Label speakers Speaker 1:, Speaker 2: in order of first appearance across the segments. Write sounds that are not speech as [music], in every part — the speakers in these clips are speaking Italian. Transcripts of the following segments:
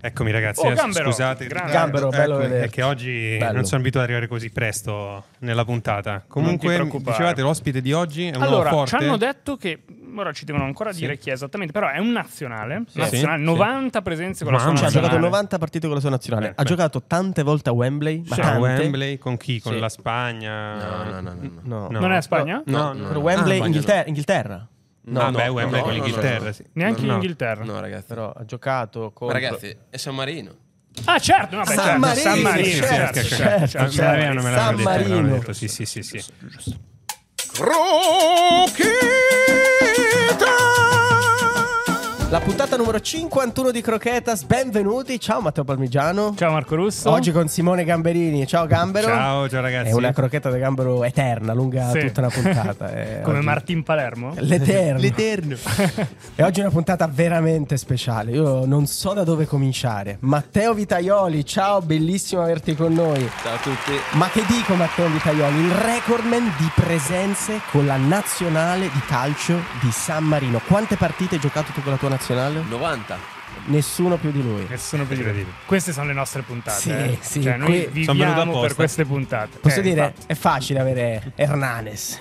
Speaker 1: Eccomi ragazzi,
Speaker 2: Oh,
Speaker 1: eh,
Speaker 2: Gambero,
Speaker 1: scusate.
Speaker 2: grande.
Speaker 3: Gambero, bello
Speaker 1: Eccomi,
Speaker 3: vederti.
Speaker 1: È che oggi
Speaker 3: Bello.
Speaker 1: non sono abituato ad arrivare così presto nella puntata. Comunque,
Speaker 2: preoccupare.
Speaker 1: dicevate, l'ospite di oggi è un
Speaker 2: allora,
Speaker 1: forte.
Speaker 2: ci hanno detto che ora ci devono ancora
Speaker 1: Sì.
Speaker 2: dire chi è esattamente, però è un nazionale, nazionale,
Speaker 1: Sì,
Speaker 2: 90 presenze con la sua
Speaker 1: Mamma
Speaker 3: Cioè, ha giocato
Speaker 2: nazionale.
Speaker 3: 90 partite con la sua nazionale.
Speaker 1: Eh,
Speaker 3: ha
Speaker 1: beh.
Speaker 3: giocato tante volte a Wembley. Ma
Speaker 2: Sì, a
Speaker 1: A
Speaker 3: tante.
Speaker 1: Wembley con chi? Con
Speaker 3: Sì.
Speaker 1: la Spagna?
Speaker 4: No, no, no, no, no.
Speaker 3: No.
Speaker 1: No.
Speaker 2: Non è la Spagna?
Speaker 1: No, no.
Speaker 3: Con Wembley,
Speaker 4: Ah,
Speaker 3: Inghilterra. Inghilterra. No,
Speaker 1: ah,
Speaker 4: no,
Speaker 1: beh, Wembley
Speaker 4: no,
Speaker 1: con
Speaker 4: no,
Speaker 1: l'Inghilterra,
Speaker 4: no.
Speaker 1: sì.
Speaker 2: Neanche in
Speaker 1: No.
Speaker 2: Inghilterra.
Speaker 4: No, ragazzi.
Speaker 3: Però ha giocato
Speaker 4: Ma
Speaker 3: con.
Speaker 4: ragazzi, è San Marino.
Speaker 2: Ah, certo, vabbè,
Speaker 3: San
Speaker 2: certo,
Speaker 3: Marino,
Speaker 2: San Marino,
Speaker 1: Sì, sì, sì,
Speaker 2: certo,
Speaker 1: sì, sì,
Speaker 2: certo,
Speaker 1: sì.
Speaker 2: certo,
Speaker 1: Me l'avevano- me l'avevano detto,
Speaker 3: San
Speaker 1: me l'avevano
Speaker 3: Marino.
Speaker 1: detto, Sì, sì, sì, sì.
Speaker 3: La puntata numero 51 di Croquetas. Benvenuti. Ciao Matteo Parmigiano.
Speaker 2: Ciao Marco Russo.
Speaker 3: Oggi con Simone Gamberini. Ciao Gambero.
Speaker 1: Ciao, ciao ragazzi.
Speaker 3: È una crochetta da gambero eterna, lunga
Speaker 2: Sì.
Speaker 3: tutta
Speaker 1: [laughs]
Speaker 3: la puntata. eh,
Speaker 2: [laughs] come
Speaker 3: oggi-
Speaker 2: Martin Palermo?
Speaker 3: L'Eterno.
Speaker 1: L'Eterno.
Speaker 3: [laughs] e oggi è una puntata veramente speciale. Io non so da dove cominciare. Matteo Vitaioli, ciao, bellissimo averti con noi.
Speaker 4: Ciao a tutti.
Speaker 3: Ma che dico Matteo Vitaioli, il recordman di presenze con la nazionale di calcio di San Marino. Quante partite hai giocato tu con la tua nazionale?
Speaker 4: 90.
Speaker 3: Nessuno più di lui.
Speaker 2: Nessuno più di lui.
Speaker 1: Incredibile.
Speaker 2: Queste sono le nostre puntate.
Speaker 3: Sì,
Speaker 2: eh.
Speaker 3: sì,
Speaker 2: cioè, noi
Speaker 3: qui-
Speaker 1: Sono venuto
Speaker 2: viviamo per
Speaker 1: apposta.
Speaker 2: queste puntate.
Speaker 3: Posso
Speaker 2: Eh,
Speaker 3: dire,
Speaker 2: infatti.
Speaker 3: è facile avere Hernanes.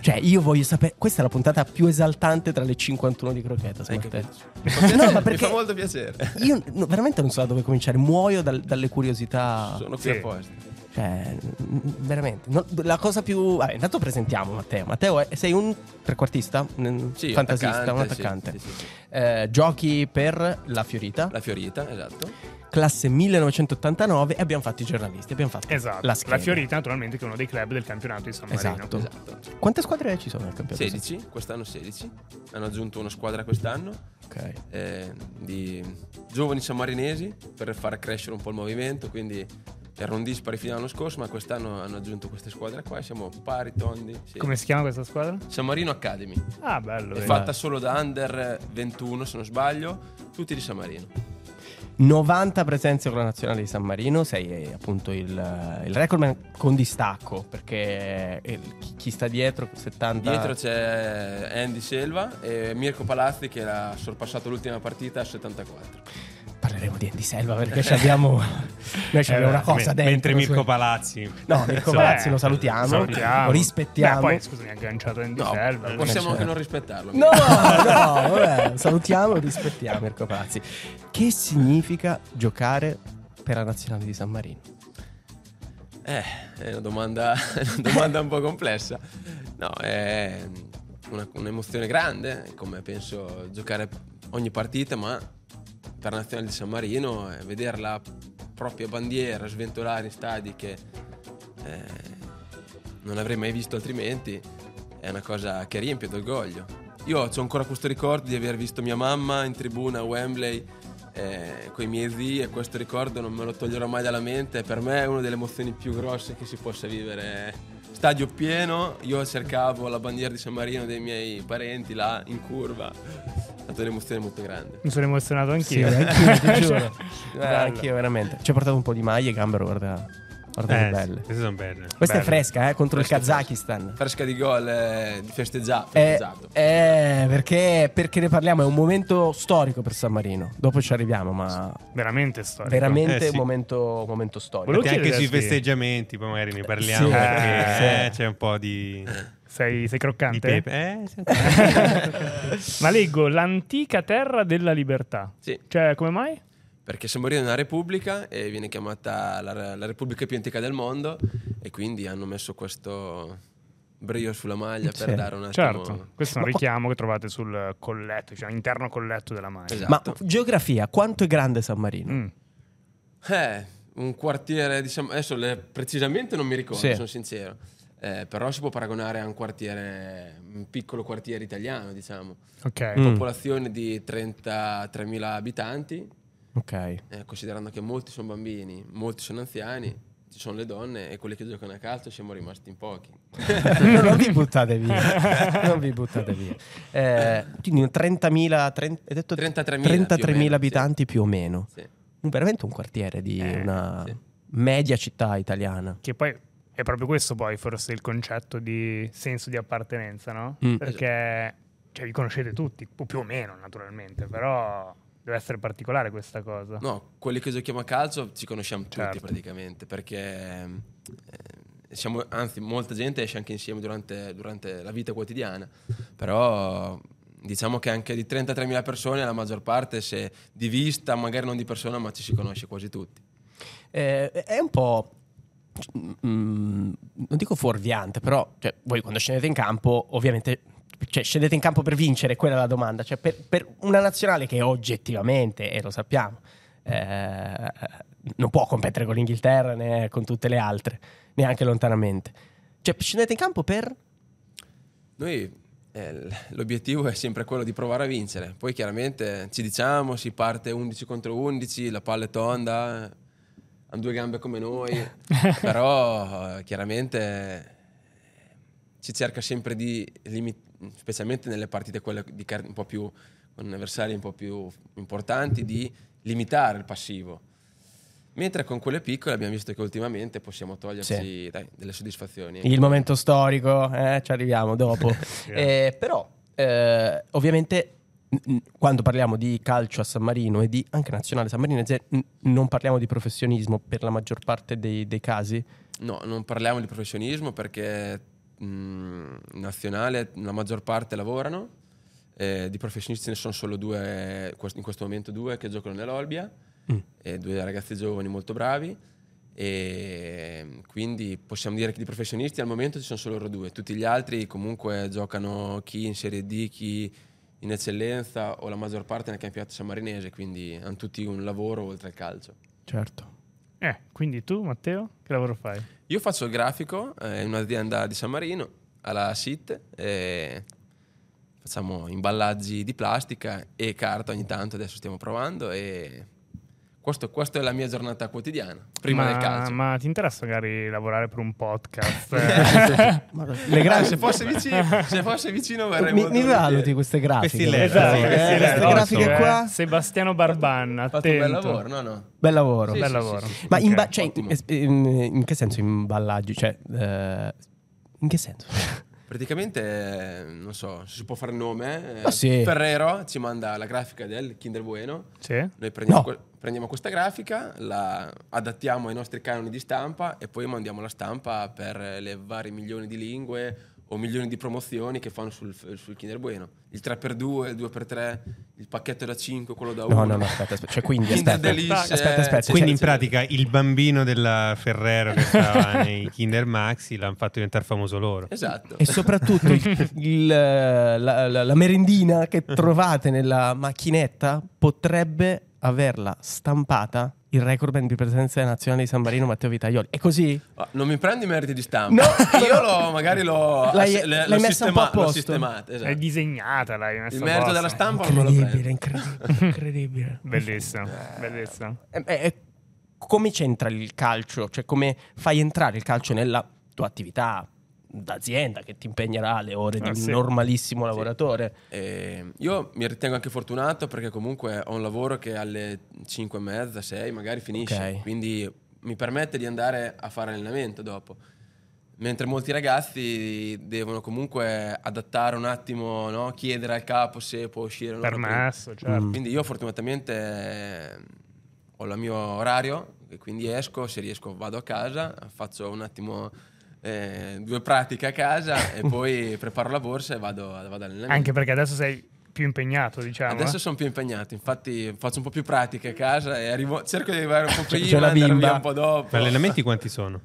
Speaker 3: cioè, io voglio sapere. Questa è la puntata più esaltante tra le 51 di Croquetas.
Speaker 4: Hai
Speaker 3: Matteo.
Speaker 4: capito?
Speaker 3: No, ma
Speaker 4: Mi
Speaker 3: perché
Speaker 4: fa molto piacere.
Speaker 3: io no, veramente non so da dove cominciare. Muoio dal- dalle curiosità.
Speaker 4: Sono qui
Speaker 2: Sì.
Speaker 4: apposta.
Speaker 3: Cioè, mm, veramente. No, la cosa più. Vabbè, intanto presentiamo Matteo. Matteo, è- sei un trequartista? Un
Speaker 4: Sì,
Speaker 3: fantasista, un
Speaker 4: attaccante,
Speaker 3: attaccante.
Speaker 4: sì, sì, sì, sì.
Speaker 3: Eh, giochi per la Fiorita,
Speaker 4: La Fiorita, esatto.
Speaker 3: classe 1989. E abbiamo fatto i giornalisti. Abbiamo fatto
Speaker 2: Esatto.
Speaker 3: la
Speaker 2: La,
Speaker 3: scheda.
Speaker 2: Fiorita, naturalmente, che è uno dei club del campionato di San Marino.
Speaker 3: Esatto.
Speaker 4: Esatto.
Speaker 3: Quante squadre ci sono nel campionato?
Speaker 4: 16, quest'anno 16. Hanno aggiunto una squadra quest'anno
Speaker 3: Ok.
Speaker 4: eh, di giovani sammarinesi per far crescere un po' il movimento, quindi erano dispari fino all'anno scorso, ma quest'anno hanno aggiunto queste squadre qua e siamo pari, tondi. sì.
Speaker 2: Come si chiama questa squadra?
Speaker 4: San Marino Academy,
Speaker 2: Ah, bello.
Speaker 4: è
Speaker 2: vedi.
Speaker 4: fatta solo da under 21 se non sbaglio, tutti di San Marino.
Speaker 3: 90 presenze con la nazionale di San Marino, sei eh, appunto il, eh, il recordman con distacco, perché eh, il- chi, chi sta dietro, 70...
Speaker 2: Ah.
Speaker 4: Dietro c'è Andy Selva e Mirko Palazzi che ha sorpassato l'ultima partita a 74.
Speaker 3: [laughs] Parleremo di Andy Selva perché ci abbiamo, noi ci
Speaker 2: Eh,
Speaker 3: abbiamo una
Speaker 1: Me-
Speaker 3: cosa dentro.
Speaker 1: Mentre Mirko
Speaker 3: su-
Speaker 1: Palazzi.
Speaker 3: No, Mirko
Speaker 1: Insomma,
Speaker 2: [laughs]
Speaker 3: Palazzi
Speaker 2: Eh,
Speaker 3: lo salutiamo,
Speaker 2: salutiamo.
Speaker 3: lo rispettiamo.
Speaker 2: Beh, poi, scusami, ha agganciato Andy
Speaker 4: No,
Speaker 2: Selva. eh. quindi-
Speaker 4: possiamo anche non rispettarlo.
Speaker 3: No, no, vabbè, lo salutiamo e rispettiamo Mirko Palazzi. Che significa giocare per la nazionale di San Marino?
Speaker 4: Eh, è una domanda, [laughs] una domanda un po' complessa. No, è una- un'emozione grande, come penso giocare ogni partita, ma per la Nazionale di San Marino, eh, vedere la propria bandiera sventolare in stadi che eh, non avrei mai visto altrimenti, è una cosa che riempie d'orgoglio. Io ho ancora questo ricordo di aver visto mia mamma in tribuna a Wembley con i miei zii e questo ricordo non me lo toglierò mai dalla mente. Per me è una delle emozioni più grosse che si possa vivere. Stadio pieno, io cercavo la bandiera di San Marino dei miei parenti là in curva. È stata un'emozione molto grande.
Speaker 2: Mi sono emozionato
Speaker 3: Sì,
Speaker 2: anch'io.
Speaker 3: anch'io, ti
Speaker 2: [laughs] Cioè,
Speaker 3: giuro. Eh,
Speaker 2: bello.
Speaker 3: [laughs] anch'io, veramente. Ci ha portato un po' di maglie, Gambero, guarda, guarda che
Speaker 1: Eh, sì,
Speaker 3: belle.
Speaker 1: queste sono belle.
Speaker 3: Questa è
Speaker 2: Bello.
Speaker 3: fresca, eh, contro
Speaker 4: Fresca,
Speaker 3: il Kazakistan.
Speaker 4: Fresca di gol, eh, di festeggia-
Speaker 3: Eh,
Speaker 4: festeggiato.
Speaker 3: eh, perché, perché ne parliamo? È un momento storico per San Marino. Dopo ci arriviamo, ma
Speaker 2: Veramente storico.
Speaker 3: veramente
Speaker 1: Eh, sì.
Speaker 3: un momento, un momento storico.
Speaker 2: Volevo
Speaker 1: Infatti anche sui
Speaker 2: chiederti-
Speaker 1: festeggiamenti, poi magari ne parliamo
Speaker 3: Sì.
Speaker 1: perché
Speaker 3: Eh,
Speaker 1: eh, c'è un po' di,
Speaker 2: Sei, sei
Speaker 1: di
Speaker 2: croccante?
Speaker 1: pepe. Eh, senti. [laughs]
Speaker 2: [laughs] Ma leggo l'antica terra della libertà.
Speaker 4: Sì.
Speaker 2: Cioè, come mai?
Speaker 4: Perché San Marino è una repubblica e viene chiamata la, la repubblica più antica del mondo e quindi hanno messo questo brio sulla maglia per
Speaker 3: Sì,
Speaker 4: dare un attimo...
Speaker 2: Certo, questo è un richiamo che trovate sul colletto, cioè all'interno colletto della maglia.
Speaker 4: Esatto.
Speaker 3: Ma geografia, quanto è grande San Marino?
Speaker 2: Mm.
Speaker 4: Eh, un quartiere, diciamo, adesso le- precisamente non mi ricordo,
Speaker 3: Sì.
Speaker 4: sono sincero. Eh, però si può paragonare a un quartiere, un piccolo quartiere italiano, diciamo.
Speaker 2: Ok.
Speaker 3: Mm.
Speaker 4: Popolazione di 33.000 abitanti,
Speaker 3: Ok. [laughs]
Speaker 4: eh, considerando che molti sono bambini, molti sono anziani, ci sono le donne e quelli che giocano a calcio siamo rimasti
Speaker 3: [laughs]
Speaker 4: in pochi.
Speaker 3: non vi buttate
Speaker 4: [laughs]
Speaker 3: via. Non vi buttate via. Eh, quindi un 30.000, 30 hai detto
Speaker 4: 33.000
Speaker 3: 33.000
Speaker 4: più o meno,
Speaker 3: abitanti più o meno.
Speaker 4: Sì.
Speaker 3: Un- Veramente un quartiere di
Speaker 2: Eh,
Speaker 3: una
Speaker 4: sì.
Speaker 3: media città italiana.
Speaker 2: Che poi è proprio questo poi forse il concetto di senso di appartenenza, no?
Speaker 3: Mm.
Speaker 2: Perché cioè, vi conoscete tutti, o più o meno naturalmente, però Deve essere particolare questa cosa.
Speaker 4: No, quelli che giochiamo a calcio ci conosciamo tutti
Speaker 2: Certo.
Speaker 4: praticamente, perché ehm, eh, siamo, anzi molta gente esce anche insieme durante, durante la vita quotidiana, però diciamo che anche di 33.000 persone la maggior parte, se di vista, magari non di persona, ma ci si conosce quasi tutti.
Speaker 3: Eh, è un po'. mm, non dico fuorviante, però cioè, voi quando scendete in campo, ovviamente. cioè, scendete in campo per vincere, quella è la domanda. Cioè, per, per una nazionale che oggettivamente, e lo sappiamo, eh, non può competere con l'Inghilterra né con tutte le altre, neanche lontanamente. Cioè, scendete in campo per.
Speaker 4: Noi eh, l- l'obiettivo è sempre quello di provare a vincere, poi chiaramente ci diciamo, si parte 11 contro 11, la palla è tonda, hanno due gambe come noi, però eh, chiaramente eh, si cerca sempre di limitare, specialmente nelle partite quelle di car- un po' più con avversari un po' più importanti, di limitare il passivo. Mentre con quelle piccole abbiamo visto che ultimamente possiamo toglierci dai, delle soddisfazioni.
Speaker 3: Il momento storico, eh, ci arriviamo dopo. Eh, però, eh, ovviamente, n- n- quando parliamo di calcio a San Marino e di anche nazionale San Marino, se- n- non parliamo di professionismo per la maggior parte dei, dei casi.
Speaker 4: No, non parliamo di professionismo perché mh, in nazionale la maggior parte lavorano, eh, di professionisti ne sono solo due, quest- in questo momento due che giocano nell'Olbia,
Speaker 3: Mm.
Speaker 4: e due ragazzi giovani molto bravi e mm, quindi possiamo dire che di professionisti al momento ci sono solo loro due, tutti gli altri comunque giocano chi in Serie D, chi in eccellenza o la maggior parte nel campionato sammarinese, quindi hanno tutti un lavoro oltre al calcio.
Speaker 3: Certo.
Speaker 2: Eh, quindi tu, Matteo, che lavoro fai?
Speaker 4: Io faccio il grafico eh, in un'azienda di San Marino, alla SIT, e facciamo imballaggi di plastica e carta ogni tanto, adesso stiamo provando e questo, questa è la mia giornata quotidiana, prima
Speaker 2: ma,
Speaker 4: del calcio. [laughs]
Speaker 2: Ma ti interessa magari lavorare per un
Speaker 3: [laughs]
Speaker 2: podcast? [laughs]
Speaker 3: Le
Speaker 4: Ah,
Speaker 3: grafiche- [laughs]
Speaker 4: se fosse vicino, se fosse vicino verrei
Speaker 3: mi,
Speaker 4: molto
Speaker 3: mi
Speaker 4: volentieri.
Speaker 3: valuti queste grafiche.
Speaker 1: Questi
Speaker 3: per
Speaker 1: lenti,
Speaker 2: esatto,
Speaker 3: favore,
Speaker 1: sì, questi
Speaker 3: eh, queste
Speaker 1: lenti.
Speaker 3: grafiche
Speaker 2: eh,
Speaker 3: qua.
Speaker 2: Sebastiano Barbanna,
Speaker 4: Ho fatto un bel
Speaker 2: attento.
Speaker 4: lavoro, no no.
Speaker 3: Bel lavoro.
Speaker 4: Sì,
Speaker 2: Bel lavoro.
Speaker 3: Ma in,
Speaker 2: Ok.
Speaker 3: ba- cioè, in,
Speaker 4: ottimo.
Speaker 3: es- in- in che senso imballaggi? Cioè, eh, in che senso?
Speaker 4: Praticamente, eh, non so, se si può fare il nome. eh,
Speaker 3: Ma Ah, sì.
Speaker 4: Ferrero ci manda la grafica del Kinder Bueno.
Speaker 2: Sì?
Speaker 4: Noi prendiamo,
Speaker 3: No.
Speaker 4: que- prendiamo questa grafica, la adattiamo ai nostri canoni di stampa e poi mandiamo la stampa per le varie milioni di lingue o milioni di promozioni che fanno sul, sul Kinder Bueno. Il 3x2, il 2x3, il pacchetto da 5, quello da 1.
Speaker 3: No, no, no, aspetta, aspetta. Cioè, quindi,
Speaker 4: Kinder
Speaker 3: aspetta.
Speaker 4: Delice.
Speaker 3: Aspetta, aspetta. cioè,
Speaker 4: Sì,
Speaker 1: Quindi
Speaker 4: sì,
Speaker 1: in
Speaker 4: sì.
Speaker 1: pratica il bambino della Ferrero che
Speaker 4: [laughs]
Speaker 1: stava nei Kinder Maxi l'hanno fatto diventare famoso loro.
Speaker 4: Esatto.
Speaker 3: E soprattutto il- il- la, la- la merendina che trovate nella macchinetta potrebbe averla stampata il recordman di presenza della nazionale di San Marino Matteo Vitaioli. È così?
Speaker 4: Ah, Non mi prendi i meriti di stampa.
Speaker 3: No.
Speaker 4: [laughs] Io l'ho- magari l'ho,
Speaker 3: L'hai-
Speaker 4: ass-
Speaker 3: l'hai
Speaker 4: le- l'ho
Speaker 3: messa un po' a
Speaker 4: sistema- l'ho
Speaker 3: posto?
Speaker 4: sistemata. esatto.
Speaker 2: L'hai disegnata, l'hai messa
Speaker 4: Il
Speaker 2: a
Speaker 4: merito
Speaker 2: posto.
Speaker 4: della
Speaker 2: [laughs]
Speaker 4: stampa non me lo
Speaker 3: Incredibile,
Speaker 4: prendo.
Speaker 3: incredibile, incredibile.
Speaker 2: Bellissimo, bellissimo.
Speaker 3: Eh, eh, come c'entra il calcio? Cioè, come fai entrare il calcio nella tua attività d'azienda che ti impegnerà le ore di
Speaker 2: Ah,
Speaker 3: un
Speaker 2: sì.
Speaker 3: normalissimo lavoratore?
Speaker 4: E Ehm, io mi ritengo anche fortunato perché comunque ho un lavoro che alle 5 e mezza, 6 magari finisce,
Speaker 3: Ok.
Speaker 4: quindi mi permette di andare a fare allenamento dopo. Mentre molti ragazzi devono comunque adattare un attimo, no? chiedere al capo se può uscire o no.
Speaker 3: Mm.
Speaker 2: Permesso, certo.
Speaker 4: Quindi io fortunatamente eh, ho il mio orario e quindi esco, se riesco vado a casa, faccio un attimo eh, due pratiche a casa e poi preparo la borsa e vado, vado all'allenamento.
Speaker 2: Anche perché adesso sei più impegnato, diciamo.
Speaker 4: Adesso
Speaker 2: eh?
Speaker 4: sono più impegnato, infatti faccio un po' più pratiche a casa e arrivo- cerco di arrivare un po'
Speaker 3: C'è- c'è
Speaker 4: prima,
Speaker 3: la
Speaker 4: andare
Speaker 3: bimba.
Speaker 4: via un po' dopo.
Speaker 1: Ma allenamenti quanti sono?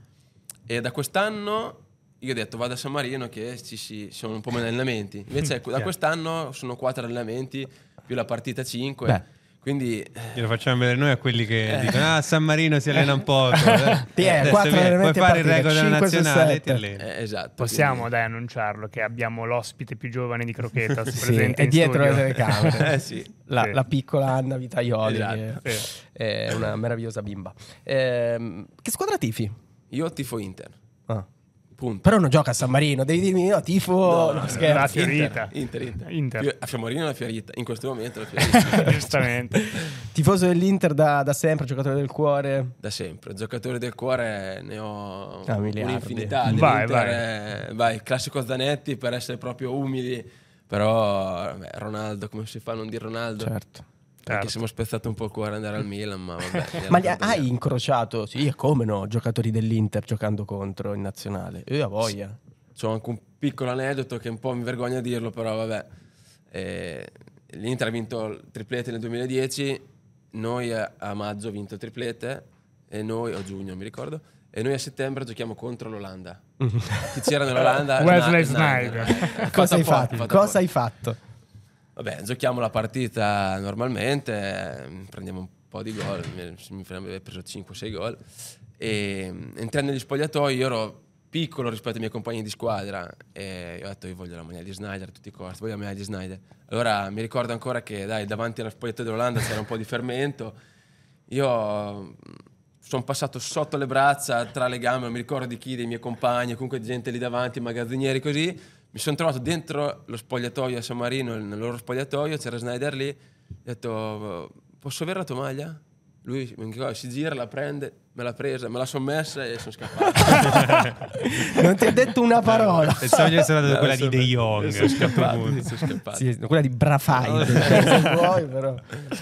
Speaker 4: E da quest'anno io ho detto vado a San Marino che ci si- sono un po' meno allenamenti. Invece ecco, da
Speaker 1: chiaro.
Speaker 4: quest'anno sono 4 allenamenti più la partita 5.
Speaker 3: Beh.
Speaker 4: Quindi eh,
Speaker 1: Glielo facciamo vedere noi a quelli che dicono: Ah, San Marino si allena un
Speaker 3: [laughs]
Speaker 1: poco. eh.
Speaker 3: Ti è,
Speaker 1: Adesso
Speaker 3: Eh. quattro
Speaker 1: vieni, puoi
Speaker 3: allenamenti a
Speaker 1: fare il
Speaker 3: partita,
Speaker 1: record della
Speaker 3: cinque su
Speaker 1: nazionale e ti
Speaker 3: sette.
Speaker 1: alleni.
Speaker 4: eh, esatto.
Speaker 2: Possiamo
Speaker 4: quindi-
Speaker 2: dai annunciarlo che abbiamo l'ospite più giovane di
Speaker 3: [laughs]
Speaker 2: Crocheta
Speaker 3: Sì,
Speaker 2: presente
Speaker 3: è
Speaker 2: in
Speaker 3: dietro
Speaker 2: studio. [laughs]
Speaker 3: le telecamere.
Speaker 4: Eh, sì.
Speaker 3: La,
Speaker 2: Sì.
Speaker 3: la piccola Anna Vitaioli,
Speaker 4: Esatto,
Speaker 3: che
Speaker 2: sì.
Speaker 3: è una meravigliosa bimba. Ehm, che squadra tifi?
Speaker 4: Io tifo Inter.
Speaker 3: Ah.
Speaker 4: Punto.
Speaker 3: Però non gioca a San Marino, devi dirmi no, tifo. No, scherzo.
Speaker 2: la Fiorita.
Speaker 4: Inter, Inter, Inter.
Speaker 2: Inter.
Speaker 4: Fio- A Fiamorino e la Fiorita. In questo momento la Fiorita.
Speaker 2: Giustamente.
Speaker 3: [laughs] Tifoso dell'Inter da, da sempre, giocatore del cuore.
Speaker 4: Da sempre, giocatore del cuore ne ho
Speaker 3: Ah, miliardi.
Speaker 4: un'infinità.
Speaker 2: Vai,
Speaker 4: dell'Inter, eh, vai, classico Zanetti per essere proprio umili, però beh, Ronaldo, come si fa a non dire Ronaldo?
Speaker 3: Certo.
Speaker 2: Certo.
Speaker 4: Perché siamo spezzato un po' il cuore andare al Milan,
Speaker 3: [laughs]
Speaker 4: ma vabbè.
Speaker 3: Ma li ha- hai incrociato? Sì, e come no? Giocatori dell'Inter giocando contro in nazionale. E a voglia.
Speaker 4: C'ho anche un piccolo aneddoto che un po' mi vergogna a dirlo, però vabbè. Eh, L'Inter ha vinto il triplete nel 2010, noi a a maggio ha vinto il triplete, e noi, o giugno mi ricordo, e noi a settembre giochiamo contro l'Olanda. Chi c'era nell'Olanda?
Speaker 2: Wesley
Speaker 4: Na-
Speaker 2: Sneijder.
Speaker 4: Na- Na- Na-
Speaker 3: Cosa hai
Speaker 4: fatta
Speaker 3: fatto?
Speaker 4: apposta,
Speaker 3: Cosa
Speaker 4: fatta
Speaker 3: hai fatto?
Speaker 4: Vabbè, giochiamo la partita normalmente, eh, prendiamo un po' di gol, mi, mi aveva preso 5-6 gol. E mm, entrando negli spogliatoi io ero piccolo rispetto ai miei compagni di squadra e ho detto io voglio la maglia di Snyder a tutti i costi, voglio la maglia di Snyder. Allora mi ricordo ancora che dai, davanti allo spogliatoio dell'Olanda c'era un po' di fermento, io sono passato sotto le braccia, tra le gambe, non mi ricordo di chi, dei miei compagni, comunque di gente lì davanti, magazzinieri così. Mi sono trovato dentro lo spogliatoio a San Marino, nel loro spogliatoio, c'era Snyder lì. Ho detto, posso avere la tua maglia? Lui si gira, la prende, me l'ha presa, me la sono messa e
Speaker 1: [laughs]
Speaker 4: sono scappato.
Speaker 3: [laughs] Non ti ha detto una parola.
Speaker 1: Eh, Pensavo gli sarà stata quella di De
Speaker 4: Io
Speaker 1: Jong.
Speaker 4: Sono
Speaker 1: a questo
Speaker 4: scappato.
Speaker 1: punto.
Speaker 4: io Sono scappato.
Speaker 3: Sì, quella di Brafai. se vuoi, però.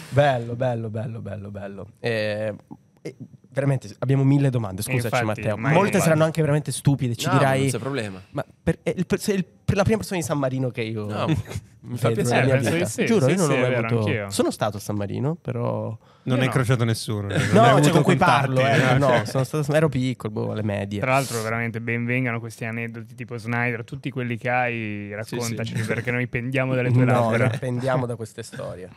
Speaker 3: Bello, bello, bello, bello, bello. Eh, eh, veramente abbiamo mille domande. Scusaci,
Speaker 2: Eh, Infatti,
Speaker 3: Matteo.
Speaker 2: ma-
Speaker 3: Molte
Speaker 2: ma-
Speaker 3: saranno anche veramente stupide. Ci
Speaker 4: No,
Speaker 3: dirai.
Speaker 4: non c'è problema.
Speaker 3: Ma per, è il- sei il- per la prima persona di San Marino che io.
Speaker 4: No, mi
Speaker 3: [laughs]
Speaker 4: fa
Speaker 3: vedo
Speaker 4: piacere,
Speaker 3: nella mia
Speaker 2: penso di
Speaker 3: vita.
Speaker 2: sì,
Speaker 3: Giuro,
Speaker 2: sì,
Speaker 3: io non
Speaker 2: sì,
Speaker 3: ho mai
Speaker 2: è vero,
Speaker 3: avuto.
Speaker 2: anch'io.
Speaker 3: Sono stato a San Marino, però.
Speaker 1: Non
Speaker 2: Io
Speaker 1: hai
Speaker 2: no.
Speaker 1: incrociato nessuno. eh. Non hai
Speaker 3: No,
Speaker 1: avuto
Speaker 3: cioè, con cui
Speaker 1: contatti,
Speaker 3: parlo. eh,
Speaker 1: eh.
Speaker 3: no,
Speaker 1: Cioè,
Speaker 3: sono stato- ero piccolo, boh, alle medie.
Speaker 2: Tra l'altro, veramente benvengano questi aneddoti tipo Snyder, tutti quelli che hai, raccontaci
Speaker 4: sì.
Speaker 2: perché noi pendiamo
Speaker 3: [laughs]
Speaker 2: dalle tue
Speaker 3: no,
Speaker 2: labbra.
Speaker 3: dipendiamo da queste storie.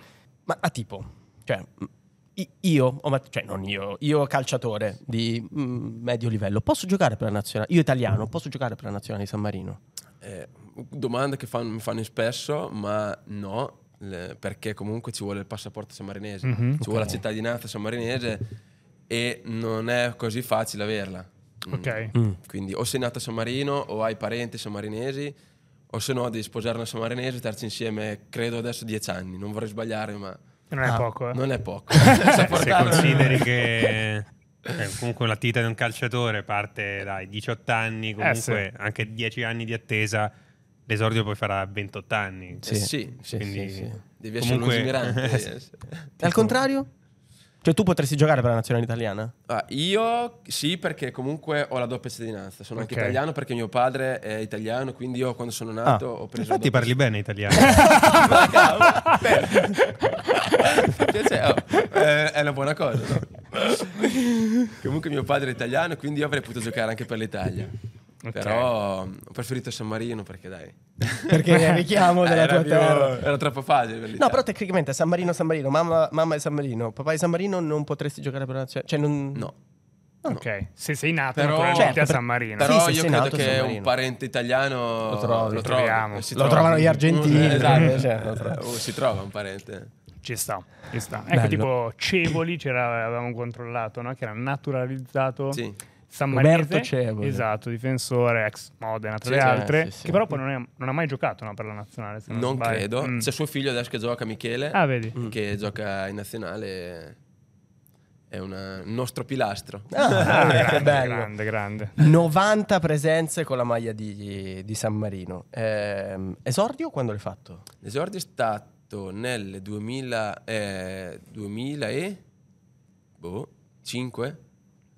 Speaker 3: Ma a tipo, cioè, mh, i- io, o ma- cioè non io, io calciatore di mh, medio livello, posso giocare per la nazionale? Io italiano, posso giocare per la nazionale di San Marino?
Speaker 4: Eh, domanda che fanno- mi fanno spesso, ma no, le- perché comunque ci vuole il passaporto sammarinese,
Speaker 2: Mhm.
Speaker 4: ci vuole la cittadinanza sammarinese e non è così facile averla. Mm.
Speaker 2: Ok.
Speaker 3: Mm.
Speaker 4: Quindi o sei nato a San Marino o hai parenti sammarinesi o se no devi sposare una sammarinese e starci insieme, credo adesso 10 anni, non vorrei sbagliare, ma
Speaker 2: Non è
Speaker 3: Ah,
Speaker 2: poco, eh?
Speaker 4: non
Speaker 1: [laughs]
Speaker 4: è poco. Passaporto-
Speaker 1: Se
Speaker 4: [laughs]
Speaker 1: consideri che eh, comunque l'attività di un calciatore parte dai 18 anni, comunque
Speaker 2: Eh,
Speaker 1: anche 10 anni di attesa, l'esordio poi farà 28 anni.
Speaker 4: Eh, sì,
Speaker 3: sì,
Speaker 1: quindi-
Speaker 3: sì, sì.
Speaker 4: Devi essere
Speaker 1: Comunque- [laughs]
Speaker 4: lungimirante.
Speaker 3: Al contrario? Cioè tu potresti giocare per la nazionale
Speaker 4: [laughs]
Speaker 3: italiana?
Speaker 4: Ah, io sì, perché comunque ho la doppia cittadinanza. Sono anche
Speaker 2: Ok.
Speaker 4: italiano perché mio padre è italiano, quindi io quando sono nato
Speaker 3: Ah.
Speaker 4: ho preso.
Speaker 1: Infatti
Speaker 4: la
Speaker 1: parli bene italiano.
Speaker 4: [laughs] doppia- [laughs] Cioè, oh, eh, è una buona cosa, no? [laughs] comunque mio padre è italiano, quindi io avrei potuto giocare anche per l'Italia.
Speaker 2: Ok.
Speaker 4: Però mm, ho preferito San Marino perché dai. eh,
Speaker 3: Perché è il richiamo della
Speaker 4: era,
Speaker 3: tua
Speaker 4: più-
Speaker 3: terra.
Speaker 4: era troppo facile. per
Speaker 3: No,
Speaker 4: l'Italia.
Speaker 3: però tecnicamente a San Marino, San Marino, mamma, mamma è San Marino, papà è San Marino, non potresti giocare per la nazionale. Cioè, non...
Speaker 4: No.
Speaker 2: Ok, se sei nato
Speaker 4: Però-
Speaker 2: naturalmente
Speaker 4: Certo,
Speaker 2: a
Speaker 3: per-
Speaker 2: San Marino.
Speaker 3: Sì,
Speaker 4: Però
Speaker 3: se
Speaker 4: io
Speaker 3: sei
Speaker 4: credo
Speaker 3: nato a San
Speaker 4: che
Speaker 3: Marino.
Speaker 4: un parente italiano
Speaker 3: Lo trovi.
Speaker 4: lo,
Speaker 2: Lo
Speaker 4: trovi,
Speaker 2: troviamo.
Speaker 4: si
Speaker 3: Lo trovano gli argentini,
Speaker 4: Eh, esatto.
Speaker 3: cioè, lo tro-
Speaker 4: Oh, si trova un parente.
Speaker 2: Ci sta, ci sta. Ecco,
Speaker 3: Bello.
Speaker 2: tipo Cevoli, c'era, avevamo controllato, no? che era naturalizzato
Speaker 4: Sì.
Speaker 2: San
Speaker 3: Roberto
Speaker 2: Marinese.
Speaker 3: Cevoli.
Speaker 2: Esatto, difensore, ex Modena, tra
Speaker 4: Sì,
Speaker 2: le
Speaker 4: sì,
Speaker 2: altre,
Speaker 3: sì, sì.
Speaker 2: che però poi non, è- non ha mai giocato no, per la nazionale. se
Speaker 4: Non
Speaker 2: sbaglio.
Speaker 4: credo.
Speaker 2: Mm.
Speaker 4: C'è suo figlio adesso che gioca, Michele,
Speaker 2: Ah, vedi.
Speaker 4: che gioca in nazionale. È una- un nostro pilastro.
Speaker 3: Ah,
Speaker 2: Ah,
Speaker 3: che
Speaker 2: grande,
Speaker 3: bello.
Speaker 2: grande, grande.
Speaker 3: 90 presenze con la maglia di, di San Marino. Ehm, esordio quando l'hai fatto?
Speaker 4: L'esordio è stato nel 2000, eh, 2000 e boh, 5?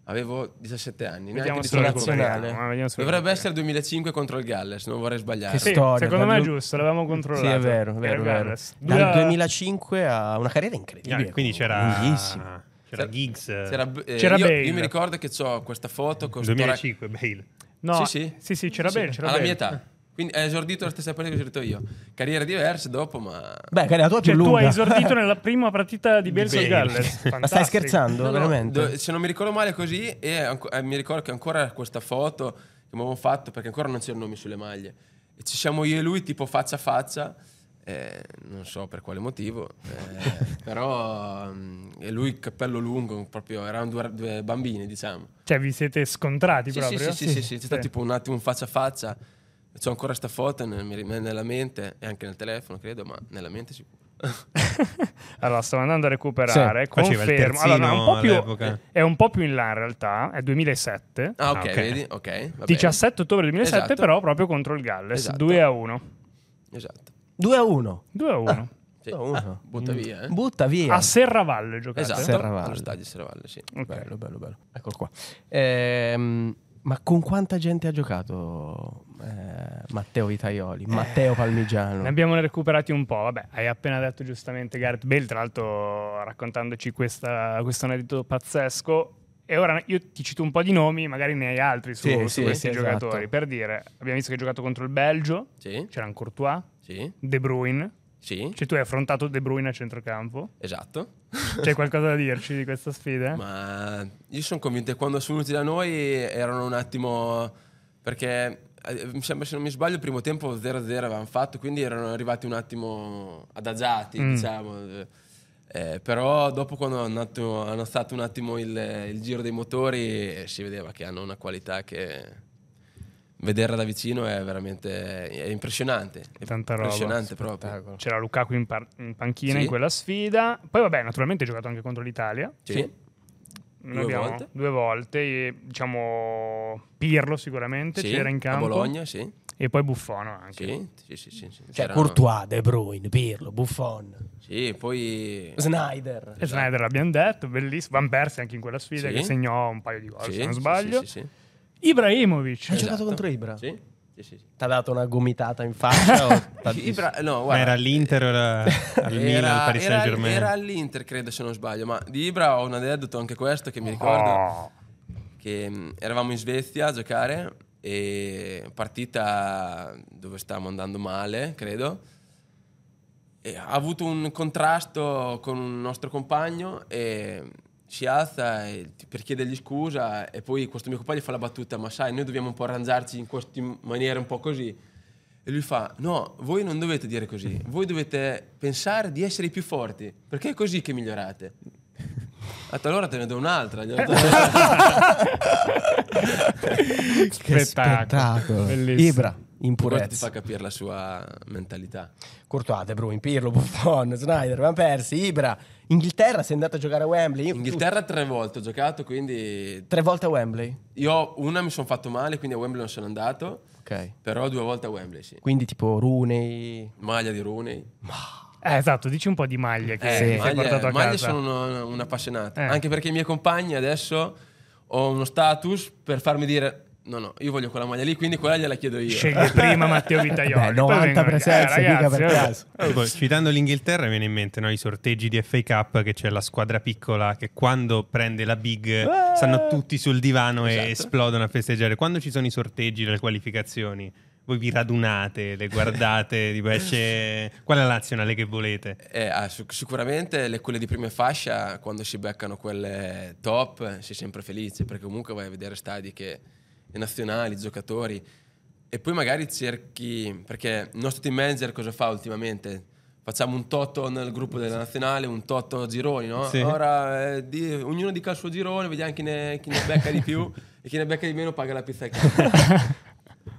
Speaker 4: Avevo 17 anni. neanche
Speaker 2: Vediamo se lo
Speaker 4: 18 anni.
Speaker 3: nazionale.
Speaker 2: recuperiamo. eh, vediamo se lo recuperiamo.
Speaker 4: Dovrebbe essere 2005 contro il Galles, non vorrei sbagliare.
Speaker 3: Che
Speaker 2: Sì,
Speaker 3: Storia,
Speaker 2: secondo me è
Speaker 3: Gallo-
Speaker 2: giusto, l'avevamo controllato.
Speaker 3: Sì, è vero, è
Speaker 2: Era
Speaker 3: vero, è vero.
Speaker 2: Galles.
Speaker 3: Dal
Speaker 2: Due-
Speaker 3: 2005 a una carriera incredibile.
Speaker 1: Eh, Quindi
Speaker 3: lunghissima.
Speaker 1: c'era, c'era Giggs.
Speaker 4: C'era, eh,
Speaker 2: C'era
Speaker 4: io,
Speaker 2: Bale.
Speaker 4: io mi ricordo che ho questa foto con sto rac-
Speaker 1: 2005 Bale.
Speaker 2: No,
Speaker 4: Sì, sì.
Speaker 2: sì, sì, c'era
Speaker 4: Sì,
Speaker 2: bene, c'era
Speaker 4: alla
Speaker 2: bene. Cioè,
Speaker 4: mia età. Quindi è esordito la stessa partita che ho esordito io. Carriere diverse dopo, ma.
Speaker 3: Beh, che la tua è più
Speaker 2: Cioè, tu
Speaker 3: lunga.
Speaker 2: hai esordito
Speaker 3: [laughs]
Speaker 2: nella prima partita di Belso
Speaker 1: Bale.
Speaker 2: Galles.
Speaker 3: Ma stai
Speaker 2: Fantastico.
Speaker 3: scherzando,
Speaker 4: No, no,
Speaker 3: veramente?
Speaker 4: do- se non mi ricordo male è così, e anco- eh, mi ricordo che ancora questa foto che mi avevo fatto, perché ancora non c'erano nomi sulle maglie. E ci siamo io e lui, tipo faccia a faccia. eh, non so per quale motivo, eh, però. mm, e lui, cappello lungo, proprio. Erano due, due bambini, diciamo.
Speaker 2: Cioè, vi siete scontrati
Speaker 4: Sì, sì,
Speaker 2: proprio?
Speaker 4: sì, sì, sì, sì, c'è stato tipo un attimo un faccia a faccia. C'ho ancora sta foto nel- mi rimane nella mente e anche nel telefono, credo, ma nella mente sicuro.
Speaker 2: [laughs] Allora, stavo andando a recuperare.
Speaker 1: Sì, faceva il
Speaker 2: confermo. Allora, no, è un po'
Speaker 1: terzino
Speaker 2: più-
Speaker 1: all'epoca.
Speaker 2: è un po' più in là in realtà, è 2007.
Speaker 4: Ah, ok,
Speaker 1: ok.
Speaker 4: vedi? Ok. va bene.
Speaker 2: 17 ottobre 2007,
Speaker 4: Esatto.
Speaker 2: però proprio contro il Galles,
Speaker 4: Esatto.
Speaker 2: 2 a 1.
Speaker 4: Esatto.
Speaker 3: 2 a 1.
Speaker 2: 2 a 1.
Speaker 4: Sì.
Speaker 3: No, Oh, uno.
Speaker 4: Ah,
Speaker 2: Mm.
Speaker 4: butta via, eh.
Speaker 3: Butta via.
Speaker 2: A Serravalle giocate.
Speaker 4: esatto,
Speaker 3: Serravalle.
Speaker 4: allo stadio Serravalle, sì.
Speaker 2: Ok.
Speaker 3: Bello, bello, bello. Eccolo qua. Ehm, ma con quanta gente ha giocato eh, Matteo Vitaioli, Matteo
Speaker 2: Eh. Ne
Speaker 3: Palmigiano?
Speaker 2: abbiamo recuperati un po', vabbè, hai appena detto giustamente Gareth Bale, tra l'altro raccontandoci questa, questo aneddoto pazzesco. E ora io ti cito un po' di nomi, magari ne hai altri su,
Speaker 3: Sì,
Speaker 2: su
Speaker 3: sì,
Speaker 2: questi
Speaker 3: sì,
Speaker 2: giocatori.
Speaker 3: esatto.
Speaker 2: Per dire, abbiamo visto che hai giocato contro il Belgio,
Speaker 4: Sì,
Speaker 2: c'erano Courtois,
Speaker 4: sì,
Speaker 2: De Bruyne,
Speaker 4: sì,
Speaker 2: cioè tu hai affrontato De Bruyne a centrocampo.
Speaker 4: esatto.
Speaker 2: C'è qualcosa da dirci di questa sfida?
Speaker 4: Ma io sono convinto che quando sono venuti da noi erano un attimo. Perché eh, mi sembra, se non mi sbaglio, il primo tempo 0-0 avevano fatto, quindi erano arrivati un attimo adagiati,
Speaker 2: Mm.
Speaker 4: diciamo. Eh, però dopo quando hanno, andato- hanno stato un attimo il, il giro dei motori eh, si vedeva che hanno una qualità che vederla da vicino è veramente è impressionante. È
Speaker 2: Tanta roba.
Speaker 4: Impressionante proprio. Cioè,
Speaker 3: Spettacolo.
Speaker 2: C'era Lukaku in, par- in panchina
Speaker 4: Sì.
Speaker 2: in quella sfida. Poi vabbè, naturalmente hai giocato anche contro l'Italia.
Speaker 4: Sì.
Speaker 2: Ne
Speaker 4: Due
Speaker 2: abbiamo-
Speaker 4: volte.
Speaker 2: Due volte, e, diciamo Pirlo sicuramente
Speaker 4: Sì,
Speaker 2: c'era in
Speaker 4: a
Speaker 2: campo
Speaker 4: Bologna, sì.
Speaker 2: e poi Buffono anche.
Speaker 4: Sì, sì, sì, sì, sì.
Speaker 3: Cioè,
Speaker 4: C'erano-
Speaker 3: Courtois, De Bruyne, Pirlo, Buffon,
Speaker 4: Sì, poi...
Speaker 3: Snyder.
Speaker 2: E Snyder l'abbiamo detto, bellissimo. Van Persie anche in quella sfida
Speaker 4: esatto. Sì.
Speaker 2: che segnò un paio di gol,
Speaker 4: Sì,
Speaker 2: se non
Speaker 4: sì,
Speaker 2: sbaglio.
Speaker 4: sì, sì, Eh, sì.
Speaker 2: Ibrahimovic.
Speaker 3: Hai giocato contro Ibra?
Speaker 4: Sì, sì, sì, sì.
Speaker 3: Ti ha dato una gomitata in faccia? o t'ha- [laughs]
Speaker 4: Ibra- no,
Speaker 1: Ma
Speaker 4: guarda,
Speaker 1: era all'Inter o
Speaker 4: [laughs]
Speaker 1: era al
Speaker 4: era-
Speaker 1: Milan, al Paris
Speaker 4: era-
Speaker 1: Saint Germain?
Speaker 4: era all'Inter, credo, se non sbaglio. Ma di Ibra ho un aneddoto anche questo che mi ricordo.
Speaker 2: Oh,
Speaker 4: Che mh, eravamo in Svezia a giocare e partita dove stavamo andando male, credo. E ha avuto un contrasto con un nostro compagno e si alza e ti- per chiedergli scusa e poi questo mio compagno fa la battuta ma sai noi dobbiamo un po' arrangiarci in questa maniera un po' così e lui fa no voi non dovete dire così voi dovete pensare di essere i più forti perché è così che migliorate [laughs] ha detto allora te ne do un'altra gli ho detto,
Speaker 3: [laughs] che spettacolo.
Speaker 2: Bellissimo.
Speaker 3: Ibra, in
Speaker 4: questo ti fa
Speaker 3: purezza.
Speaker 4: capire la sua mentalità
Speaker 3: Courtois, De Bruyne, Pirlo, Buffon, Snyder, Van Persie, Ibra. Inghilterra, sei andato a giocare a Wembley. Io-
Speaker 4: Inghilterra tre volte ho giocato quindi
Speaker 3: Tre volte a Wembley.
Speaker 4: io una mi sono fatto male quindi a Wembley non sono andato
Speaker 3: Ok.
Speaker 4: però due volte a Wembley sì
Speaker 3: Quindi tipo Rooney.
Speaker 4: maglia di Rooney
Speaker 2: Eh, esatto, dici un po' di maglie che
Speaker 4: Eh,
Speaker 2: ti sei
Speaker 4: maglie-
Speaker 2: portato a
Speaker 4: maglie
Speaker 2: casa.
Speaker 4: sono un, un appassionato.
Speaker 2: Eh.
Speaker 4: Anche perché i miei compagni adesso ho uno status per farmi dire: no, no, io voglio quella maglia lì, quindi quella gliela chiedo io.
Speaker 2: Scegli prima Matteo Vitaioli.
Speaker 3: Eh,
Speaker 2: poi
Speaker 3: Beh, 90
Speaker 2: vengono- Eh,
Speaker 3: presenze, mica per
Speaker 2: ragazzi,
Speaker 3: caso.
Speaker 1: Tipo, Eh, citando l'Inghilterra mi viene in mente no, i sorteggi di FA Cup che c'è la squadra piccola che quando prende la big stanno tutti sul divano
Speaker 4: Eh. Esatto.
Speaker 1: e esplodono a festeggiare. Quando ci sono i sorteggi delle qualificazioni, voi vi radunate, le
Speaker 4: [laughs]
Speaker 1: guardate, tipo esce qual è la nazionale che volete.
Speaker 4: Eh, ah, sic- sicuramente le, quelle di prima fascia, quando si beccano quelle top, eh, sei sempre felice perché comunque vai a vedere stadi che, e nazionali, giocatori e poi magari cerchi. Perché il nostro team manager cosa fa ultimamente? Facciamo un toto nel gruppo della nazionale, un toto a gironi, no?
Speaker 1: Sì.
Speaker 4: Ora eh, di- ognuno dica il suo girone, vediamo chi ne, chi ne becca di più e chi ne becca di meno paga la pizza a casa.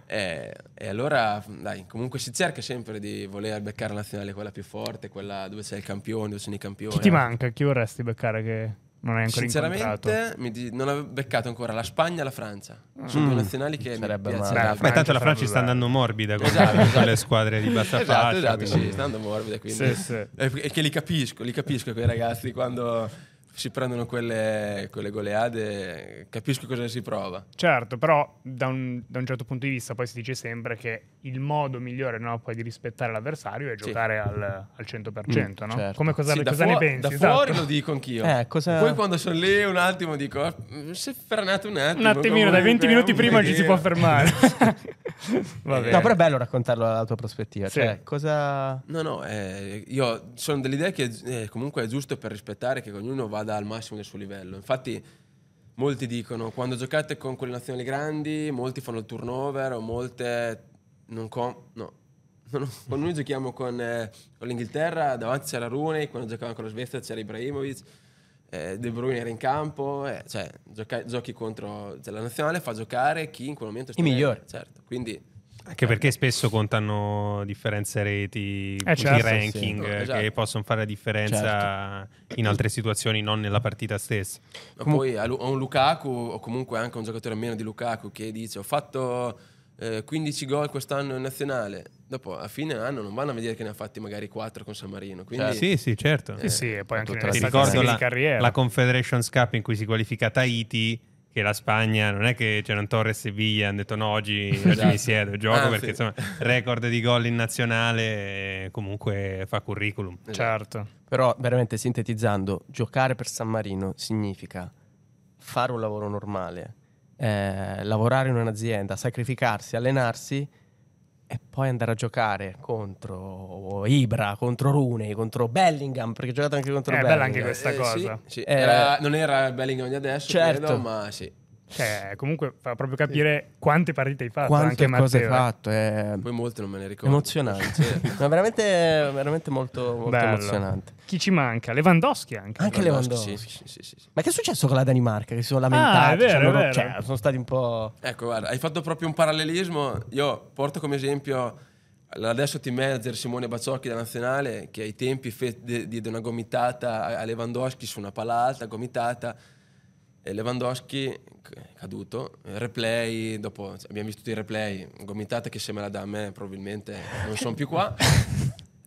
Speaker 4: Eh, e allora, dai, comunque si cerca sempre di voler beccare la nazionale, quella più forte, quella dove c'è il campione, dove sono i
Speaker 2: [laughs]
Speaker 4: campioni.
Speaker 2: Chi ti manca? Chi vorresti beccare che non hai ancora incontrato? Mm.
Speaker 4: Sinceramente, mi di- non avevo beccato ancora la Spagna e la Francia. Sono due nazionali che
Speaker 3: Sarebbe
Speaker 4: mi
Speaker 3: male.
Speaker 4: piacerebbe.
Speaker 2: Beh,
Speaker 1: Ma tanto la
Speaker 2: sarebbe
Speaker 1: Francia sta
Speaker 2: bello.
Speaker 1: andando morbida con,
Speaker 4: Esatto,
Speaker 1: con
Speaker 4: esatto.
Speaker 1: le squadre di bassa
Speaker 4: Esatto,
Speaker 1: fascia.
Speaker 4: esatto, sì,
Speaker 1: quindi-
Speaker 4: stando morbida quindi.
Speaker 2: Sì, sì.
Speaker 4: E e che li capisco, li capisco quei ragazzi quando si prendono quelle, quelle goleade, capisco cosa si prova.
Speaker 2: Certo, però da un, da un certo punto di vista poi si dice sempre che il modo migliore no, poi di rispettare l'avversario è
Speaker 4: Sì.
Speaker 2: giocare al, al 100%,
Speaker 3: Mm,
Speaker 2: no?
Speaker 3: certo.
Speaker 2: Come cosa,
Speaker 4: Sì, da
Speaker 2: cosa
Speaker 4: fuo-
Speaker 2: ne pensi?
Speaker 4: Da
Speaker 2: esatto.
Speaker 4: fuori lo dico anch'io.
Speaker 3: Eh, cosa-
Speaker 4: Poi quando sono lì un attimo dico, "Mm, se frenate un attimo.
Speaker 2: Un attimino, dai 20
Speaker 4: comunque,
Speaker 2: minuti
Speaker 4: un
Speaker 2: prima ci si può
Speaker 4: pochino".
Speaker 2: fermare.
Speaker 4: [laughs]
Speaker 2: [laughs] Va bene.
Speaker 3: No, però è bello raccontarlo dalla tua prospettiva.
Speaker 2: Sì.
Speaker 3: Cioè, cosa...
Speaker 4: No, no, eh, io sono dell'idea che eh, comunque è giusto per rispettare che ognuno vada al massimo del suo livello. Infatti, molti dicono quando giocate con quelle nazionali grandi, molti fanno il turnover o molte non con. No. [laughs] No, no. Quando noi giochiamo con, eh, con l'Inghilterra, davanti c'era Rooney, quando giocavamo con la Svezia c'era Ibrahimovic, eh, De Bruyne era in campo, eh, cioè gioca- giochi contro. cioè, la nazionale fa giocare chi in quel momento sta
Speaker 3: I
Speaker 4: bene,
Speaker 3: migliori.
Speaker 4: certo. Quindi
Speaker 1: Anche perché spesso contano differenze reti,
Speaker 2: Eh,
Speaker 1: punti
Speaker 2: certo,
Speaker 1: ranking
Speaker 4: sì. No, esatto. Certo.
Speaker 1: che possono fare la differenza in altre situazioni, non nella partita stessa.
Speaker 4: Ma poi a Lu- a un Lukaku o comunque anche un giocatore meno di Lukaku che dice ho fatto eh, 15 gol quest'anno in nazionale, dopo a fine anno non vanno a vedere che ne ha fatti magari 4 con San Marino. Quindi
Speaker 1: Sì, sì, certo.
Speaker 4: Eh,
Speaker 2: Sì, sì, e poi anche
Speaker 4: tutto
Speaker 2: nelle
Speaker 1: Ti
Speaker 4: la
Speaker 1: ricordo
Speaker 2: statistiche
Speaker 1: la,
Speaker 2: di carriera.
Speaker 1: la Confederations Cup in cui si qualifica Tahiti, che la Spagna non è che c'erano Torres e Sevilla, hanno detto no, oggi, oggi
Speaker 4: Esatto.
Speaker 1: mi siedo, gioco
Speaker 3: Ah,
Speaker 4: Anzi.
Speaker 1: perché insomma record di gol in nazionale eh, comunque fa curriculum.
Speaker 4: Eh,
Speaker 2: certo.
Speaker 3: Però veramente sintetizzando, giocare per San Marino significa fare un lavoro normale, eh, lavorare in un'azienda, sacrificarsi, allenarsi e poi andare a giocare contro Ibra, contro Rooney, contro Bellingham, perché ho giocato anche contro
Speaker 2: Eh, bella
Speaker 3: Bellingham.
Speaker 2: anche questa
Speaker 4: Eh,
Speaker 2: cosa.
Speaker 4: sì, sì.
Speaker 3: Eh,
Speaker 4: Era- non era Bellingham di adesso,
Speaker 3: certo.
Speaker 4: credo, ma sì.
Speaker 2: Cioè, comunque fa proprio capire quante partite hai fatto.
Speaker 3: Quante
Speaker 2: anche
Speaker 3: cose hai
Speaker 2: Matteo, eh.
Speaker 3: fatto, è
Speaker 4: Poi molte non me ne ricordo.
Speaker 3: [laughs] emozionante.
Speaker 4: Sì.
Speaker 3: Ma veramente, veramente molto, molto
Speaker 2: Bello.
Speaker 3: emozionante. Ah.
Speaker 2: Chi ci manca? Lewandowski anche.
Speaker 3: Anche Lewandowski.
Speaker 4: Sì, sì, sì, sì, sì.
Speaker 3: Ma che è successo con la Danimarca? Che si sono lamentati,
Speaker 2: Ah, è vero,
Speaker 3: cioè,
Speaker 2: è
Speaker 3: loro-
Speaker 2: vero.
Speaker 3: cioè, sono stati un po'...
Speaker 4: Ecco, guarda, hai fatto proprio un parallelismo. Io porto come esempio l'adesso team manager Simone Baciocchi della Nazionale che ai tempi fe- de- diede una gomitata a- a Lewandowski su una pala alta, gomitata. E Lewandowski è caduto, Eh, replay, dopo cioè, abbiamo visto tutti i replay, gomitata che se me la dà a me probabilmente non sono più qua.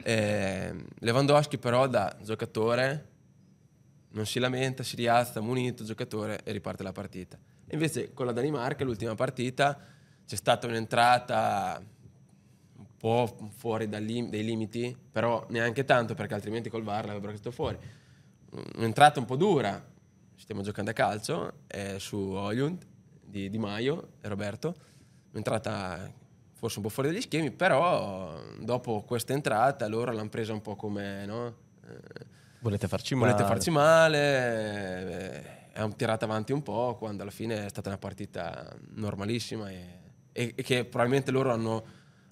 Speaker 4: Eh, Lewandowski però da giocatore non si lamenta, si rialza, munito, giocatore e riparte la partita. Invece con la Danimarca, l'ultima partita, c'è stata un'entrata un po' fuori dal lim- dai limiti, però neanche tanto perché altrimenti col VAR l'avrebbero chiesto fuori. Un'entrata un po' dura, stiamo giocando a calcio, è su Oilund di Di Maio e Roberto, un'entrata forse un po' fuori dagli schemi, però dopo questa entrata loro l'hanno presa un po' come... No? Eh,
Speaker 3: [laughs] Volete farci male.
Speaker 4: volete farci male, eh, è un- tirata avanti un po', quando alla fine è stata una partita normalissima e, e- e che probabilmente loro hanno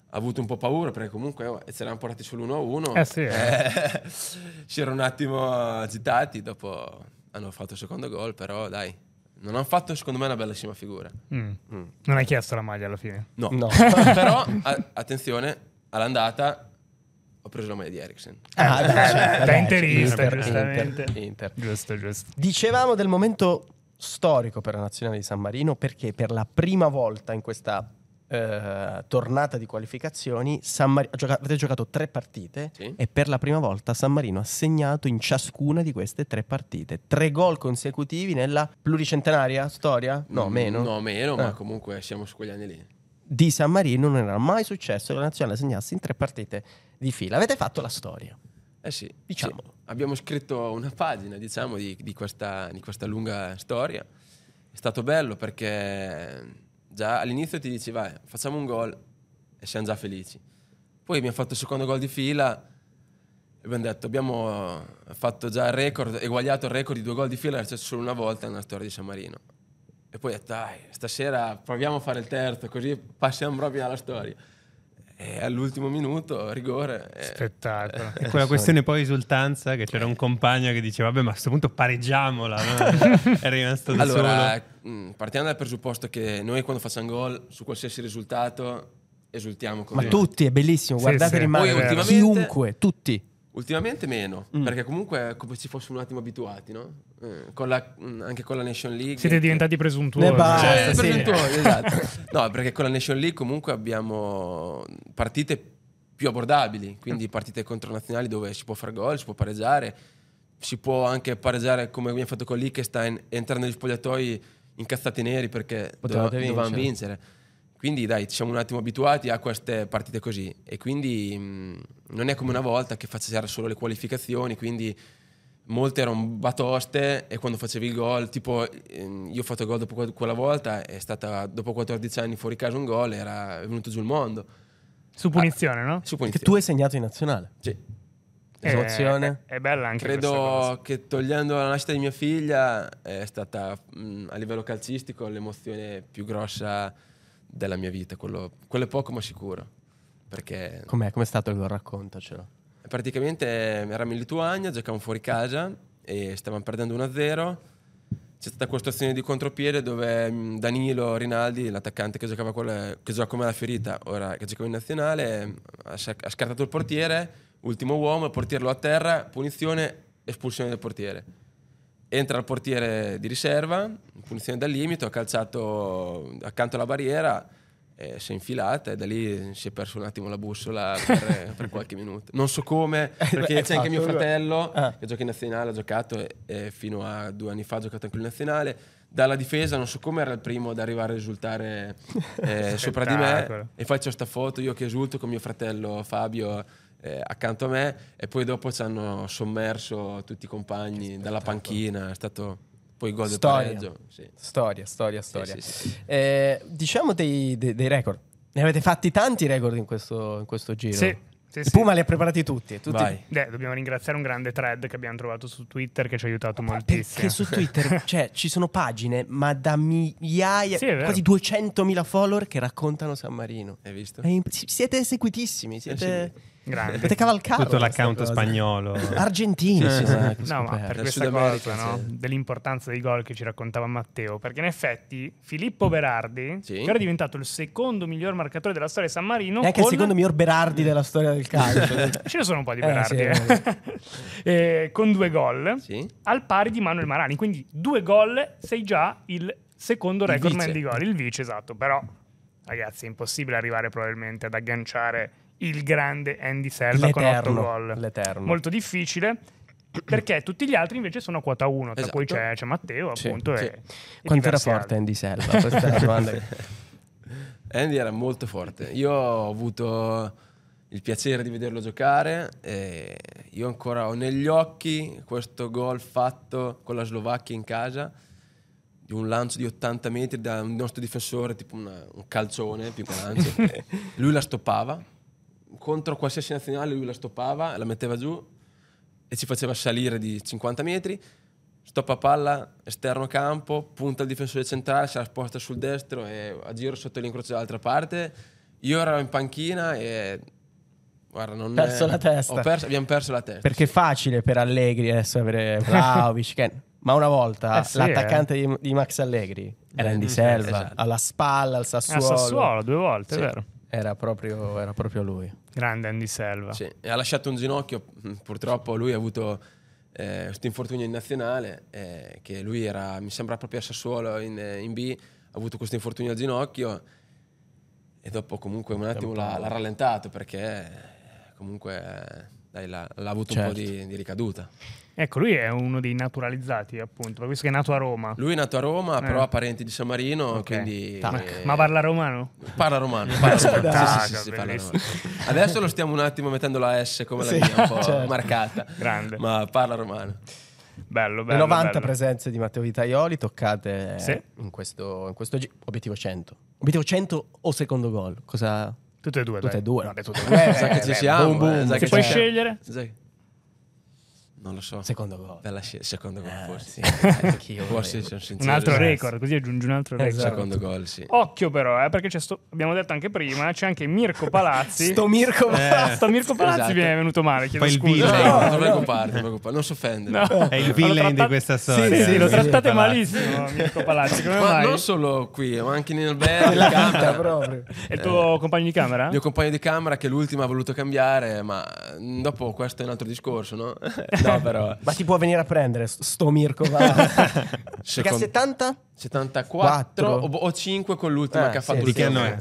Speaker 4: avuto un po' paura perché comunque oh, se l'hanno portati sull'1-1
Speaker 2: Eh sì, eh.
Speaker 4: [laughs] si erano un attimo agitati, dopo hanno fatto il secondo gol, però dai, non hanno fatto secondo me una bellissima figura.
Speaker 2: Mm. Non hai chiesto la maglia alla fine.
Speaker 4: No,
Speaker 3: No.
Speaker 4: [laughs] però a- attenzione, all'andata ho preso la maglia di Eriksen.
Speaker 3: Ah, beh,
Speaker 4: eh,
Speaker 2: Da
Speaker 3: beh,
Speaker 2: interista,
Speaker 3: Inter,
Speaker 2: giustamente.
Speaker 3: Inter, Inter.
Speaker 2: Giusto, giusto.
Speaker 3: Dicevamo del momento storico per la nazionale di San Marino perché per la prima volta in questa eh, tornata di qualificazioni San Mar- ha gioca- avete giocato tre partite
Speaker 4: Sì.
Speaker 3: e per la prima volta San Marino ha segnato in ciascuna di queste tre partite tre gol consecutivi nella pluricentenaria storia? No,
Speaker 4: Mm,
Speaker 3: meno.
Speaker 4: No, meno,
Speaker 3: Eh.
Speaker 4: ma comunque siamo su quegli anni lì.
Speaker 3: Di San Marino non era mai successo che la nazionale segnasse in tre partite di fila. Avete fatto la storia.
Speaker 4: Eh sì,
Speaker 3: Diciamo.
Speaker 4: sì. Abbiamo scritto una pagina, diciamo, di, di questa, di questa lunga storia. È stato bello perché già all'inizio ti dici, vai, facciamo un gol e siamo già felici. Poi abbiamo fatto il secondo gol di fila e abbiamo detto, abbiamo fatto già il record, eguagliato il record di due gol di fila, c'è solo una volta nella storia di San Marino. E poi ho detto, dai, stasera proviamo a fare il terzo, così passiamo proprio alla storia. E all'ultimo minuto, rigore.
Speaker 3: Eh.
Speaker 4: eh, e-
Speaker 3: [laughs]
Speaker 2: Spettacolo.
Speaker 1: E quella questione poi esultanza che c'era un compagno che diceva vabbè ma a questo punto pareggiamola
Speaker 3: [laughs]
Speaker 1: no?" è rimasto da
Speaker 4: Allora,
Speaker 1: solo
Speaker 4: mh, partiamo dal presupposto che noi quando facciamo gol su qualsiasi risultato esultiamo
Speaker 3: Ma
Speaker 4: così.
Speaker 3: tutti, è bellissimo,
Speaker 2: Sì,
Speaker 3: guardate
Speaker 2: sì.
Speaker 3: rimane
Speaker 4: Poi ultimamente-
Speaker 3: chiunque, tutti.
Speaker 4: Ultimamente meno,
Speaker 3: Mm.
Speaker 4: perché comunque è come se fossimo un attimo abituati, no? Eh, con la- mh, anche con la Nation League.
Speaker 2: Siete diventati presuntuosi.
Speaker 3: Ne basta,
Speaker 2: Cioè,
Speaker 4: Eh,
Speaker 3: sì.
Speaker 4: presuntuosi, esatto. No, perché con la Nation League comunque abbiamo mm, partite più abbordabili, quindi partite contro nazionali dove si può fare gol, si può pareggiare, si può anche pareggiare come abbiamo fatto con Liechtenstein, entrare negli spogliatoi incazzati neri perché
Speaker 3: Potevate
Speaker 4: dove- dovevamo
Speaker 3: vincere.
Speaker 4: vincere. Quindi dai, ci siamo un attimo abituati a queste partite così e quindi mh, non è come una volta che facessero solo le qualificazioni, quindi molte erano batoste e quando facevi il gol, tipo ehm, io ho fatto gol dopo que- quella volta, è stata dopo 14 anni fuori casa un gol, era è venuto giù il mondo.
Speaker 2: Su punizione, no?
Speaker 4: Su
Speaker 3: Che
Speaker 4: punizione.
Speaker 3: tu hai segnato in nazionale.
Speaker 4: Sì.
Speaker 3: Ah,
Speaker 2: Eh,
Speaker 3: Emozione.
Speaker 2: È, è bella anche questa cosa.
Speaker 4: Credo che togliendo la nascita di mia figlia è stata mh, a livello calcistico l'emozione più grossa della mia vita, quello, quello è poco ma sicuro. Perché
Speaker 3: Com'è? Com'è stato il gol? Raccontacelo.
Speaker 4: Praticamente eh, eravamo in Lituania, giocavamo fuori casa e stavamo perdendo 1-0. C'è stata questa azione di contropiede dove mh, Danilo Rinaldi, l'attaccante che giocava quella- che gioca come la ferita, ora che giocava in nazionale, mh, ha, sciac- ha scartato il portiere, ultimo uomo, il portiere lo atterra, punizione, espulsione del portiere. Entra il portiere di riserva, punizione dal limite, ha calciato accanto alla barriera, eh, si è infilata e da lì si è perso un attimo la bussola
Speaker 3: [laughs]
Speaker 4: per, per qualche minuto. Non so come, perché
Speaker 3: Eh,
Speaker 4: c'è anche mio
Speaker 3: esatto.
Speaker 4: fratello
Speaker 3: Ah.
Speaker 4: che gioca in nazionale, ha giocato e, e fino a due anni fa ha giocato anche in nazionale. Dalla difesa, non so come, era il primo ad arrivare a
Speaker 3: [laughs]
Speaker 4: risultare eh, sopra di
Speaker 2: Spettacolo.
Speaker 4: me e faccio sta foto io che esulto con mio fratello Fabio eh, accanto a me e poi dopo ci hanno sommerso tutti i compagni dalla panchina, è stato poi il gol del
Speaker 3: Storia.
Speaker 4: pareggio. Sì.
Speaker 3: Storia, storia, storia.
Speaker 4: Sì, sì, sì.
Speaker 3: Eh, diciamo dei, dei- dei record. Ne avete fatti tanti record in questo, in questo giro.
Speaker 2: Sì, sì,
Speaker 3: I
Speaker 2: sì.
Speaker 3: Puma li ha preparati tutti. tutti
Speaker 4: Vai.
Speaker 2: Beh, dobbiamo ringraziare un grande thread che abbiamo trovato su Twitter che ci ha aiutato
Speaker 3: Ma
Speaker 2: moltissimo.
Speaker 3: Perché su Twitter cioè, ci sono pagine, ma da migliaia,
Speaker 2: Sì, è vero.
Speaker 3: quasi 200.000 follower che raccontano San Marino.
Speaker 4: Hai visto?
Speaker 3: È imp- si- siete seguitissimi, siete,
Speaker 2: [laughs] Grande.
Speaker 3: potete cavalcare.
Speaker 1: Tutto l'account
Speaker 3: [laughs]
Speaker 1: spagnolo. Eh.
Speaker 3: Argentino.
Speaker 4: Sì,
Speaker 3: sì,
Speaker 4: sì,
Speaker 3: sì.
Speaker 4: esatto.
Speaker 2: No, ma per
Speaker 4: Dal
Speaker 2: questa
Speaker 4: Sud America,
Speaker 2: cosa no?
Speaker 4: sì.
Speaker 2: dell'importanza dei gol che ci raccontava Matteo, perché in effetti Filippo Berardi,
Speaker 4: Sì.
Speaker 2: che ora è diventato il secondo miglior marcatore della storia di San Marino,
Speaker 3: È anche il
Speaker 2: con-
Speaker 3: secondo miglior Berardi della storia del
Speaker 2: [laughs]
Speaker 3: calcio.
Speaker 2: ce ne sono un po' di
Speaker 3: Eh,
Speaker 2: Berardi,
Speaker 3: sì,
Speaker 2: eh. [laughs] Eh, con due gol
Speaker 4: Sì?
Speaker 2: al pari di Manuel Marani, quindi due gol sei già il secondo
Speaker 4: Il
Speaker 2: recordman
Speaker 4: vice.
Speaker 2: di gol, il vice esatto, però ragazzi è impossibile arrivare probabilmente ad agganciare il grande Andy Selva con otto
Speaker 3: L'eterno,
Speaker 2: gol
Speaker 3: l'eterno.
Speaker 2: molto difficile perché tutti gli altri invece sono a quota 1 tra
Speaker 4: Esatto.
Speaker 2: cui c'è, c'è Matteo
Speaker 3: Sì,
Speaker 2: appunto
Speaker 4: sì.
Speaker 2: e- e
Speaker 3: Quanto era
Speaker 2: diversi
Speaker 3: forte
Speaker 2: altri.
Speaker 3: Andy Selva? Questa è
Speaker 2: [laughs]
Speaker 3: la domanda. che-
Speaker 4: Andy era molto forte. Io ho avuto il piacere di vederlo giocare. E io ancora ho negli occhi questo gol fatto con la Slovacchia in casa di un lancio di 80 metri da un nostro difensore, tipo una- un calcione più che un lancio. lui la stoppava. Contro qualsiasi nazionale lui la stoppava, la metteva giù e ci faceva salire di 50 metri. Stoppa palla, esterno campo, punta al difensore centrale, se la sposta sul destro e a giro sotto l'incrocio dall'altra parte. Io ero in panchina e... Guarda, non
Speaker 3: Perso
Speaker 4: è-
Speaker 3: la testa.
Speaker 4: ho perso- abbiamo perso la testa.
Speaker 3: Perché è facile per Allegri adesso avere Vlaovic, Ken. ma una volta
Speaker 2: Eh sì,
Speaker 3: l'attaccante di, di Max Allegri era Andy
Speaker 4: Mm,
Speaker 3: Selva,
Speaker 4: esatto.
Speaker 3: alla spalla, al
Speaker 2: a
Speaker 3: Sassuolo.
Speaker 2: Ah, Sassuolo due volte,
Speaker 4: Sì.
Speaker 2: è vero.
Speaker 3: Era, proprio, era proprio lui.
Speaker 2: Grande Andy Selva.
Speaker 4: Sì, e ha lasciato un ginocchio, mm, purtroppo lui ha avuto eh, questo infortunio in nazionale, eh, che lui era, mi sembra proprio a Sassuolo in, eh, in B, ha avuto questo infortunio al ginocchio e dopo comunque un attimo l'ha, l'ha rallentato perché eh, comunque eh, dai, l'ha, l'ha avuto un
Speaker 3: Certo.
Speaker 4: po' di, di ricaduta.
Speaker 2: Ecco, lui è uno dei naturalizzati, appunto, per questo che è nato a Roma.
Speaker 4: Lui è nato a Roma,
Speaker 2: Eh.
Speaker 4: però ha parenti di San Marino,
Speaker 2: Ok.
Speaker 4: quindi...
Speaker 3: Tac.
Speaker 4: eh,
Speaker 2: Ma parla romano?
Speaker 4: Parla romano, parla romano.
Speaker 2: Dai,
Speaker 4: Sì, sì, sì, sì, parla
Speaker 2: bellissimo.
Speaker 4: romano. Adesso lo stiamo un attimo mettendo la S come la
Speaker 3: Sì,
Speaker 4: mia, un
Speaker 3: [laughs]
Speaker 4: po'
Speaker 3: certo.
Speaker 4: marcata.
Speaker 2: Grande.
Speaker 4: Ma parla romano.
Speaker 2: Bello, bello.
Speaker 3: Le 90
Speaker 2: bello.
Speaker 3: presenze di Matteo Vitaioli toccate eh,
Speaker 2: Sì.
Speaker 3: in questo, in questo gi- obiettivo 100. Obiettivo 100 o secondo gol? Cosa?
Speaker 2: Tutte e due,
Speaker 3: Tutte
Speaker 2: dai.
Speaker 3: e due.
Speaker 2: No, dai,
Speaker 4: [laughs]
Speaker 2: tutte e
Speaker 3: Eh,
Speaker 4: Sa che
Speaker 3: beh,
Speaker 4: ci siamo.
Speaker 3: boom, boom.
Speaker 4: eh,
Speaker 3: Se
Speaker 4: sa che
Speaker 2: Se
Speaker 4: ci
Speaker 2: puoi
Speaker 4: siamo.
Speaker 2: scegliere?
Speaker 4: Sai- Non lo so.
Speaker 3: Secondo gol.
Speaker 4: Bella scelta, secondo gol
Speaker 3: Ah,
Speaker 4: forse.
Speaker 3: sì, anch'io.
Speaker 4: Forse sono sincero.
Speaker 2: Un altro
Speaker 4: sì.
Speaker 2: record, così aggiungi un altro record.
Speaker 3: Esatto.
Speaker 4: Secondo gol, sì.
Speaker 2: Occhio però, eh, perché c'è sto- abbiamo detto anche prima, c'è anche
Speaker 3: [laughs]
Speaker 2: Mirko Palazzi.
Speaker 3: Sto Mirko
Speaker 4: Eh.
Speaker 2: Ah, sto
Speaker 3: [laughs]
Speaker 2: Mirko Palazzi
Speaker 4: Esatto.
Speaker 2: mi è venuto male, chiedo
Speaker 1: Poi il
Speaker 4: No,
Speaker 2: scusa.
Speaker 1: villain.
Speaker 4: no,
Speaker 3: no,
Speaker 4: non
Speaker 3: no.
Speaker 4: preoccupare, non preoccupare, non si offende.
Speaker 2: No.
Speaker 1: È il
Speaker 2: L'ho
Speaker 1: villain di
Speaker 2: trattato-
Speaker 1: questa
Speaker 3: Sì,
Speaker 1: storia.
Speaker 2: Sì, lo
Speaker 3: Sì,
Speaker 2: trattate
Speaker 1: Palazzi.
Speaker 2: malissimo Mirko Palazzi, come
Speaker 4: Ma
Speaker 2: mai?
Speaker 4: non solo qui, ma anche in albergo, in
Speaker 3: Nella vita,
Speaker 4: camera.
Speaker 3: proprio.
Speaker 2: È il tuo compagno di camera?
Speaker 4: Il Eh. mio compagno di camera che l'ultima ha voluto cambiare, ma mm, dopo questo è un altro
Speaker 2: [laughs]
Speaker 4: discorso, no? no, però...
Speaker 3: Ma ti può venire a prendere st- sto Mirko? va. Perché a
Speaker 4: secondo-
Speaker 3: 70?
Speaker 4: 74 o,
Speaker 3: Quattro.
Speaker 4: o 5 con l'ultima
Speaker 3: Eh,
Speaker 4: che ha
Speaker 3: sì,
Speaker 4: fatto
Speaker 3: sì,
Speaker 1: Di che
Speaker 4: l'ultima.
Speaker 1: anno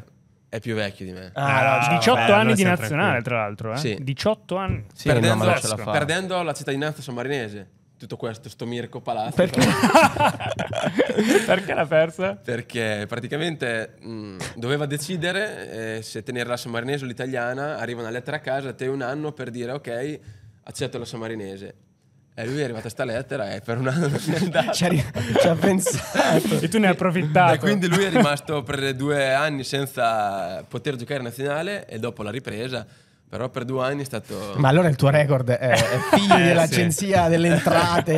Speaker 1: è?
Speaker 4: È più vecchio di me.
Speaker 1: Ah,
Speaker 2: Ah,
Speaker 1: no,
Speaker 2: 18
Speaker 1: vabbè, allora
Speaker 2: anni di
Speaker 1: siamo
Speaker 2: nazionale,
Speaker 1: tranquilli.
Speaker 2: tra l'altro. Eh?
Speaker 4: Sì.
Speaker 2: 18 anni.
Speaker 3: Sì, no,
Speaker 4: perdendo,
Speaker 3: ma non ce la fa.
Speaker 4: perdendo la cittadinanza sammarinese. Tutto questo, sto Mirko Palazzo.
Speaker 3: Perché?
Speaker 2: [laughs] Perché l'ha persa?
Speaker 4: [laughs] Perché praticamente mh, doveva decidere eh, se tenere la sammarinese o l'italiana. Arriva una lettera a casa, a te un anno per dire ok, accetto la sammarinese. E lui è arrivata sta lettera e per un anno [laughs] non si è andato.
Speaker 3: diciamo, Ci ha, ri- ci ha pensato.
Speaker 2: E tu ne hai approfittato.
Speaker 4: Certo. E quindi lui è rimasto per due anni senza poter giocare in nazionale e dopo la ripresa, però per due anni è stato...
Speaker 3: Ma allora il tuo record è, è figlio
Speaker 1: Eh, sì.
Speaker 3: dell'agenzia delle entrate.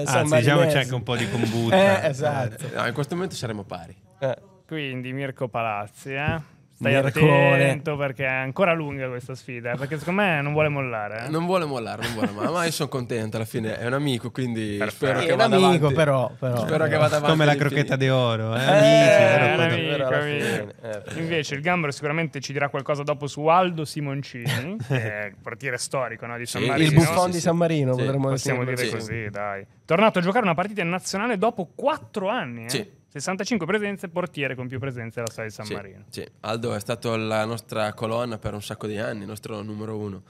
Speaker 1: Anzi,
Speaker 3: sammarinese.
Speaker 1: diciamo c'è anche un po' di combutta.
Speaker 3: Eh, esatto.
Speaker 4: No, in questo momento saremo pari.
Speaker 3: Eh.
Speaker 2: Quindi Mirko Palazzi, eh? Stai
Speaker 3: Mircone.
Speaker 2: attento perché è ancora lunga questa sfida. eh, Perché secondo me non vuole mollare. eh.
Speaker 4: Non vuole mollare, non vuole mollare, ma io sono contento alla fine, è un amico, quindi
Speaker 2: Perfetto.
Speaker 4: spero
Speaker 3: È
Speaker 4: che
Speaker 3: un
Speaker 4: vada
Speaker 3: amico,
Speaker 4: avanti.
Speaker 3: però- però-
Speaker 4: Spero che vada avanti.
Speaker 1: Come la
Speaker 4: all'infinito.
Speaker 1: crocchetta di oro. Eh?
Speaker 2: Eh,
Speaker 1: Amici,
Speaker 2: un
Speaker 1: però
Speaker 2: amico,
Speaker 1: quando-
Speaker 3: alla
Speaker 2: amico.
Speaker 3: fine, eh.
Speaker 2: Invece il Gambero sicuramente ci dirà qualcosa dopo su Aldo
Speaker 4: [laughs]
Speaker 2: Simoncini, che è il portiere storico no, di San
Speaker 4: Sì,
Speaker 2: Marino.
Speaker 3: Il
Speaker 4: sì,
Speaker 3: buffon
Speaker 4: sì,
Speaker 3: di
Speaker 4: sì.
Speaker 3: San Marino,
Speaker 4: Sì,
Speaker 3: potremmo
Speaker 2: Possiamo
Speaker 3: definirlo.
Speaker 2: dire
Speaker 4: Sì.
Speaker 2: così, dai. Tornato a giocare una partita in nazionale dopo 4 anni. eh?
Speaker 4: Sì,
Speaker 2: 65 presenze, portiere con più presenze della storia di San
Speaker 4: Sì,
Speaker 2: Marino.
Speaker 4: sì. Aldo è stato la nostra colonna per un sacco di anni, il nostro numero uno.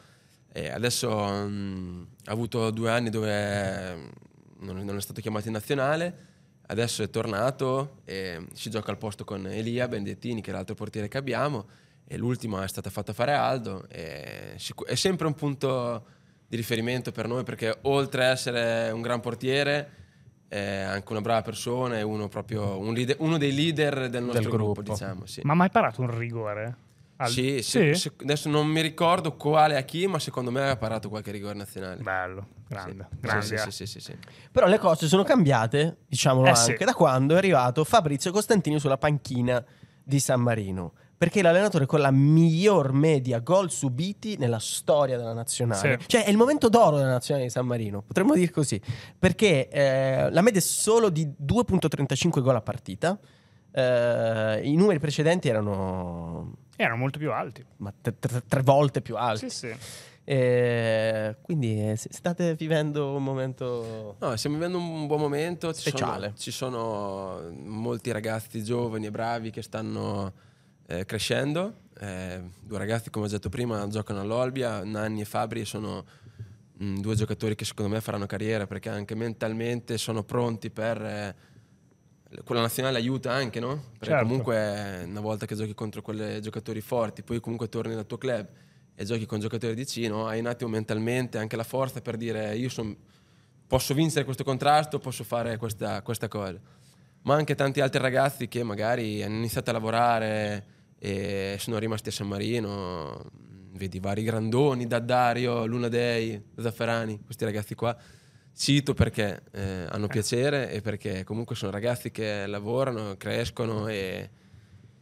Speaker 4: E adesso mh, ha avuto due anni dove mh, non, non è stato chiamato in nazionale, adesso è tornato e si gioca al posto con Elia Bendettini, che è l'altro portiere che abbiamo, e l'ultima è stata fatta fare a Aldo. E sicu- è sempre un punto di riferimento per noi perché oltre a essere un gran portiere è anche una brava persona, è uno, proprio, un leader- uno dei leader del nostro gruppo,
Speaker 3: gruppo.
Speaker 4: diciamo. Sì.
Speaker 2: Ma ha mai parato un rigore? Al-
Speaker 4: Sì, se- se- adesso non mi ricordo quale a chi, ma secondo me aveva parato qualche rigore nazionale.
Speaker 2: Bello, grande,
Speaker 4: Sì.
Speaker 2: grande.
Speaker 4: Sì,
Speaker 2: eh.
Speaker 4: sì, sì, sì, sì.
Speaker 3: Però le cose sono cambiate, diciamolo
Speaker 2: Eh sì.
Speaker 3: anche, da quando è arrivato Fabrizio Costantini sulla panchina di San Marino. Perché è l'allenatore con la miglior media gol subiti nella storia della nazionale.
Speaker 2: Sì.
Speaker 3: Cioè è il momento d'oro della nazionale di San Marino, potremmo dire così. Perché eh, la media è solo di 2.35 gol a partita. Eh, I numeri precedenti erano
Speaker 2: Erano molto più alti.
Speaker 3: ma, tre, tre- tre volte più alti.
Speaker 2: Sì, sì.
Speaker 3: Eh, quindi eh, s- state vivendo un momento...
Speaker 4: No, stiamo vivendo un buon momento. Ci
Speaker 3: Speciale.
Speaker 4: Sono, ci sono molti ragazzi giovani e bravi che stanno eh, crescendo. Eh, due ragazzi, come ho detto prima, giocano all'Olbia. Nanni e Fabri sono mm, due giocatori che secondo me faranno carriera perché anche mentalmente sono pronti per... eh, quella nazionale aiuta anche, no? Perché
Speaker 2: Certo.
Speaker 4: comunque una volta che giochi contro quelle giocatori forti, poi comunque torni dal tuo club e giochi con giocatori di C, no? Hai un attimo mentalmente anche la forza per dire io son- posso vincere questo contrasto, posso fare questa, questa cosa. Ma anche tanti altri ragazzi che magari hanno iniziato a lavorare e sono rimasti a San Marino, mm, vedi vari grandoni, Daddario, Luna Dei, Zafferani, questi ragazzi qua. Cito perché eh, hanno piacere e perché comunque sono ragazzi che lavorano, crescono e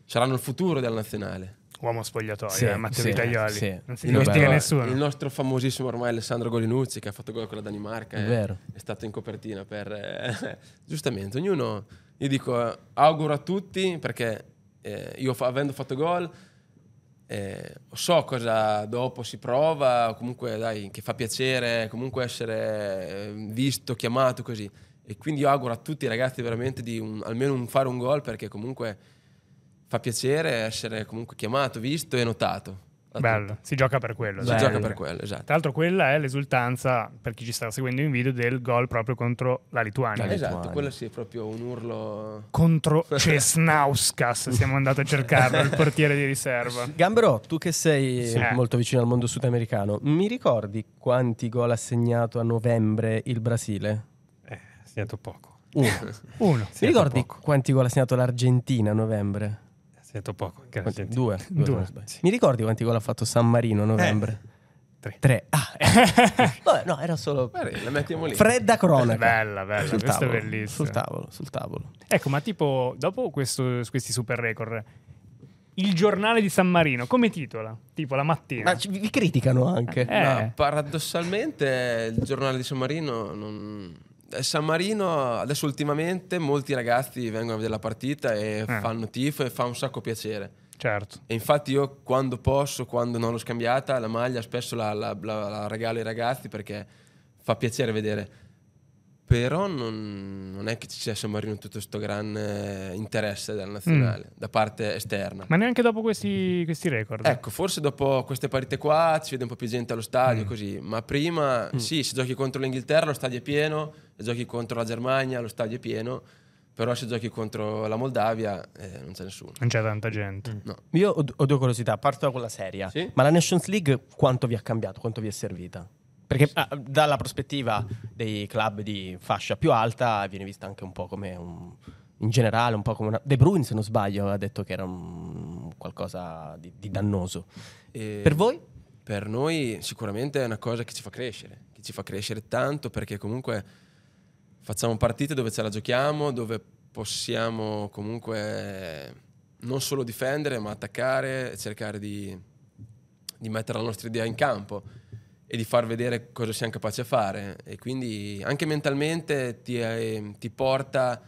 Speaker 4: saranno il futuro della nazionale.
Speaker 2: Uomo spogliatoio,
Speaker 3: Sì,
Speaker 2: eh, Matteo
Speaker 3: sì,
Speaker 2: Vitaioli.
Speaker 3: sì.
Speaker 2: Non si
Speaker 3: Il nostro-
Speaker 2: dimentica
Speaker 4: il
Speaker 2: nessuno.
Speaker 4: nostro famosissimo ormai Alessandro Golinucci che ha fatto gol con la Danimarca
Speaker 3: È
Speaker 4: eh,
Speaker 3: vero.
Speaker 4: è stato in copertina per eh, [laughs] giustamente ognuno io dico eh, auguro a tutti perché eh, io fa- avendo fatto gol eh, so cosa dopo si prova comunque dai che fa piacere comunque essere eh, visto chiamato così e quindi io auguro a tutti i ragazzi veramente di un- almeno un- fare un gol perché comunque fa piacere essere comunque chiamato visto e notato Da
Speaker 2: Bello, si gioca per quello.
Speaker 4: si
Speaker 2: dai.
Speaker 3: Bello.
Speaker 4: gioca per quello, esatto.
Speaker 2: Tra l'altro quella è l'esultanza, per chi ci sta seguendo in video, del gol proprio contro la Lituania.
Speaker 3: Dai.
Speaker 4: Esatto,
Speaker 3: Lituania.
Speaker 4: quello sì, è proprio un urlo.
Speaker 2: Contro Cesnauskas, siamo andati a cercarlo, il portiere di riserva.
Speaker 3: Gambero, tu che sei
Speaker 2: Sì.
Speaker 3: molto vicino al mondo sudamericano, mi ricordi quanti gol ha segnato a novembre il Brasile?
Speaker 1: Eh, ha segnato poco.
Speaker 3: Uno.
Speaker 2: Uno.
Speaker 1: Ha
Speaker 3: Mi
Speaker 1: segnato
Speaker 3: ricordi
Speaker 1: poco.
Speaker 3: quanti gol ha segnato l'Argentina a novembre?
Speaker 1: Ha segnato poco. anche la
Speaker 3: Quanti?
Speaker 1: gente.
Speaker 3: Due. due, se
Speaker 2: Due,
Speaker 3: non sbaglio.
Speaker 1: sì.
Speaker 3: Mi ricordi quanti gol ha fatto San Marino a novembre?
Speaker 1: tre.
Speaker 3: Tre. Ah, eh. Vabbè, no, era solo
Speaker 4: Guarda, la mettiamo lì.
Speaker 3: fredda
Speaker 2: [laughs]
Speaker 3: cronaca.
Speaker 2: Bella, bella,
Speaker 3: Sul
Speaker 2: questa è
Speaker 3: tavolo,
Speaker 2: bellissima.
Speaker 3: Sul tavolo, sul tavolo.
Speaker 2: Ecco, ma tipo, dopo questo- questi super record, il giornale di San Marino, come titola? Tipo la mattina.
Speaker 3: Ma ci- vi criticano anche.
Speaker 2: Eh.
Speaker 4: Ma paradossalmente il giornale di San Marino non- eh, San Marino adesso ultimamente molti ragazzi vengono a vedere la partita e fanno tifo e fa un sacco piacere.
Speaker 2: Certo.
Speaker 4: E infatti io quando posso, quando non l'ho scambiata, la maglia spesso la, la- la- la regalo ai ragazzi perché fa piacere vedere. Però non, non è che ci sia a San Marino tutto questo gran eh, interesse della nazionale, da parte esterna.
Speaker 2: Ma neanche dopo questi, questi record.
Speaker 4: Ecco, forse dopo queste partite qua ci vede un po' più gente allo stadio, così. Ma prima, sì, se giochi contro l'Inghilterra lo stadio è pieno, se giochi contro la Germania lo stadio è pieno, però se giochi contro la Moldavia eh, non c'è nessuno.
Speaker 2: Non c'è tanta gente.
Speaker 3: Io ho, ho due curiosità, parto da quella seria.
Speaker 4: Sì.
Speaker 3: Ma la Nations League quanto vi ha cambiato, quanto vi è servita? Perché ah, dalla prospettiva dei club di fascia più alta viene vista anche un po' come un... In generale, un po' come una... De Bruyne, se non sbaglio, ha detto che era un- qualcosa di, di dannoso.
Speaker 4: E-
Speaker 3: Per voi?
Speaker 4: Ehm, Per noi sicuramente è una cosa che ci fa crescere, che ci fa crescere tanto perché comunque facciamo partite dove ce la giochiamo, dove possiamo comunque non solo difendere ma attaccare e cercare di, di mettere la nostra idea in campo e di far vedere cosa siamo capaci a fare e quindi anche mentalmente ti, eh, ti porta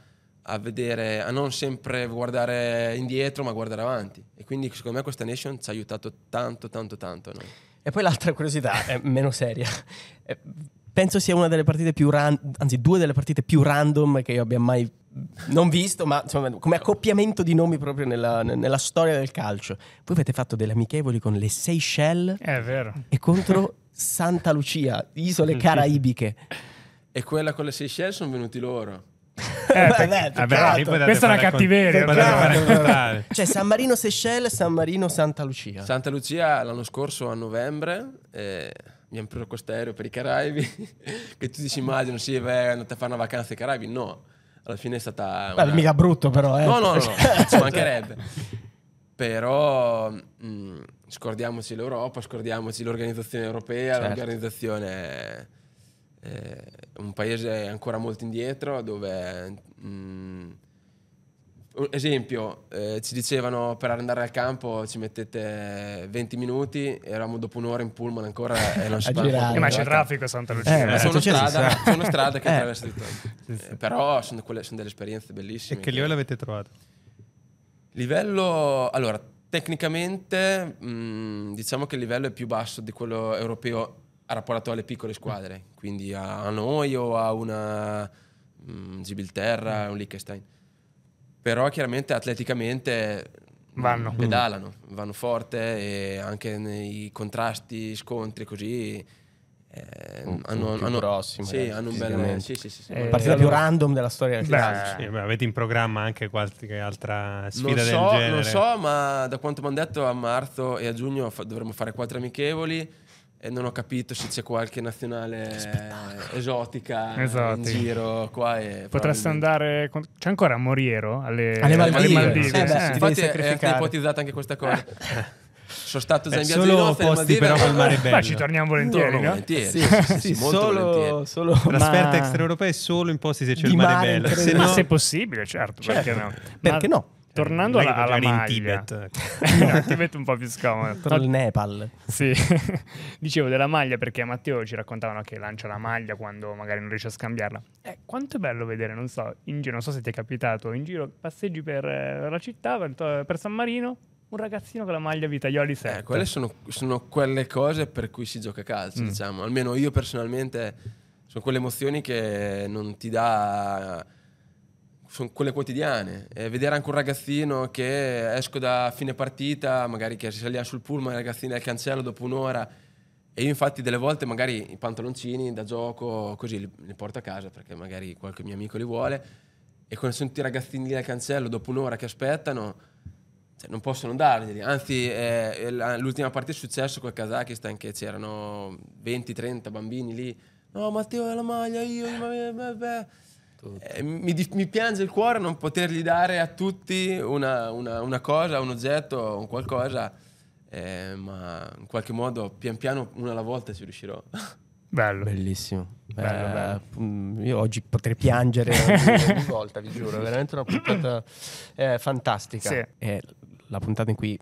Speaker 4: a vedere, a non sempre guardare indietro ma guardare avanti e quindi secondo me questa nation ci ha aiutato tanto tanto tanto a noi.
Speaker 3: E poi l'altra curiosità, è meno seria. Eh, Penso sia una delle partite più random, anzi due delle partite più random che io abbia mai non visto, ma insomma, come accoppiamento di nomi proprio nella, nella storia del calcio. Voi avete fatto delle amichevoli con le Seychelles
Speaker 2: Eh, È vero.
Speaker 3: e contro Santa Lucia, isole caraibiche.
Speaker 4: E quella con le Seychelles sono venuti loro.
Speaker 2: Eh, perché-
Speaker 3: Vabbè, certo.
Speaker 2: vabbè,
Speaker 3: peccato.
Speaker 1: lì poi date
Speaker 2: Questa è una
Speaker 1: fare a
Speaker 2: cattiveria, cioè.
Speaker 1: cont- poi date
Speaker 2: peccato.
Speaker 1: fare a contare.
Speaker 3: Cioè San Marino Seychelles, San Marino Santa Lucia.
Speaker 4: Santa Lucia l'anno scorso a novembre eh, abbiamo preso questo aereo per i Caraibi [laughs] che tutti si immaginano sì beh andate a fare una vacanza ai Caraibi no alla fine è stata
Speaker 3: Beh,
Speaker 4: una...
Speaker 3: mica brutto però, eh.
Speaker 4: no
Speaker 3: [laughs]
Speaker 4: no no, no, ci mancherebbe però mh, scordiamoci l'Europa scordiamoci l'organizzazione europea
Speaker 3: Certo.
Speaker 4: l'organizzazione eh, un paese ancora molto indietro dove mh, un Esempio, eh, ci dicevano per andare al campo ci mettete 20 minuti, eravamo dopo un'ora in pullman ancora
Speaker 3: [laughs]
Speaker 4: e non si
Speaker 3: A
Speaker 4: parla
Speaker 3: girare.
Speaker 4: proprio
Speaker 2: Eh, ma c'è
Speaker 4: di campo.
Speaker 2: traffico a Santa Lucia.
Speaker 3: Eh,
Speaker 4: certo. Ma c'è una
Speaker 3: c'è sì,
Speaker 4: strada,
Speaker 3: sì.
Speaker 4: c'è una strada che
Speaker 3: Eh.
Speaker 4: attraversa tutto. Eh, Però sono, quelle, sono delle
Speaker 1: E
Speaker 4: esperienze bellissime.
Speaker 1: che livello avete trovato?
Speaker 4: Livello, allora, tecnicamente mh, diciamo che il livello è più basso di quello europeo a rapporto alle piccole squadre, quindi a, a noi o a una mh,
Speaker 2: Mm.
Speaker 4: Gibilterra, un Liechtenstein. Però chiaramente atleticamente mh,
Speaker 2: Vanno. Mm.
Speaker 4: pedalano, vanno forte e anche nei contrasti, scontri così eh,
Speaker 3: Un-
Speaker 4: hanno,
Speaker 3: un più
Speaker 4: hanno-
Speaker 3: grossi
Speaker 4: sì,
Speaker 3: magari,
Speaker 4: hanno un bel...
Speaker 3: fisicamente.
Speaker 4: Sì, sì, sì, sì.
Speaker 2: Eh,
Speaker 3: Partita più
Speaker 2: allora-
Speaker 3: random della storia del
Speaker 2: Beh,
Speaker 3: calcio.
Speaker 1: Sì, ma avete in programma anche qualche altra
Speaker 4: Non
Speaker 1: sfida del
Speaker 4: so,
Speaker 1: genere?
Speaker 4: non so, ma da quanto mi hanno detto a marzo e a giugno fa- dovremmo fare quattro amichevoli e non ho capito se c'è qualche nazionale eh, esotica in
Speaker 2: Esotica.
Speaker 4: giro qua. e probabilmente-
Speaker 2: Potreste andare. con- C'è ancora Moriero alle,
Speaker 3: Alle Maldive.
Speaker 2: Maldive, sì.
Speaker 3: Eh, beh, ti devi
Speaker 4: Infatti è- è
Speaker 3: sacrificare.
Speaker 4: ipotizzata anche questa cosa. Sono stato già
Speaker 1: Eh,
Speaker 4: in viaggio di
Speaker 1: solo
Speaker 4: nozze, alle
Speaker 1: posti
Speaker 4: Maldive,
Speaker 1: però col mare bello.
Speaker 2: Ma ci torniamo volentieri,
Speaker 4: Torno
Speaker 2: no?
Speaker 4: volentieri,
Speaker 3: Sì,
Speaker 4: sì, sì, sì,
Speaker 3: sì,
Speaker 4: molto volentieri.
Speaker 3: solo, solo
Speaker 1: Trasferte
Speaker 3: ma-
Speaker 1: extraeuropee solo in posti se c'è
Speaker 3: Di
Speaker 1: il mare
Speaker 3: mare
Speaker 1: bello.
Speaker 3: in
Speaker 1: Se
Speaker 2: Ma
Speaker 1: no- eh,
Speaker 2: se possibile, certo, perché no?
Speaker 3: Perché
Speaker 2: Ma
Speaker 3: no?
Speaker 2: Tornando
Speaker 1: Non è
Speaker 2: alla,
Speaker 1: che
Speaker 2: alla
Speaker 1: viaggiare
Speaker 2: maglia.
Speaker 1: in Tibet. [laughs]
Speaker 2: [laughs] no, il Tibet è un po' più scomodo.
Speaker 3: Tra
Speaker 2: No,
Speaker 3: il Nepal.
Speaker 2: Sì, [laughs] dicevo della maglia perché a Matteo ci raccontavano che lancia la maglia quando magari non riesce a scambiarla. Eh, quanto è bello vedere, non so, in giro, non so se ti è capitato, in giro passeggi per eh, la città, per, per San Marino, un ragazzino con la maglia Vitaioli 7.
Speaker 4: Eh, quelle sono, sono quelle cose per cui si gioca a calcio,
Speaker 2: Mm.
Speaker 4: diciamo. Almeno io personalmente sono quelle emozioni che non ti dà. Sono quelle quotidiane. E vedere anche un ragazzino che esco da fine partita, magari che si saliva sul pullman, il ragazzino al cancello dopo un'ora. E io infatti delle volte magari i pantaloncini da gioco così li, li porto a casa perché magari qualche mio amico li vuole. E quando sono tutti i ragazzini lì al cancello dopo un'ora che aspettano, cioè, non possono darglieli. Anzi, eh, la- l'ultima partita è successo col Kazakistan che c'erano 20-30 bambini lì. No, Matteo è la maglia, io... ma- beh, beh. Eh, mi, di- mi piange il cuore non potergli dare a tutti una, una- una cosa, un oggetto, un qualcosa, eh, ma in qualche modo pian piano una alla volta ci riuscirò.
Speaker 2: Bello.
Speaker 3: Bellissimo.
Speaker 2: Bello,
Speaker 3: Eh,
Speaker 2: bello.
Speaker 3: mm, Io oggi potrei piangere
Speaker 2: [laughs]
Speaker 3: ogni, ogni volta, vi giuro. È veramente una puntata eh, fantastica.
Speaker 2: Sì.
Speaker 3: È la puntata in cui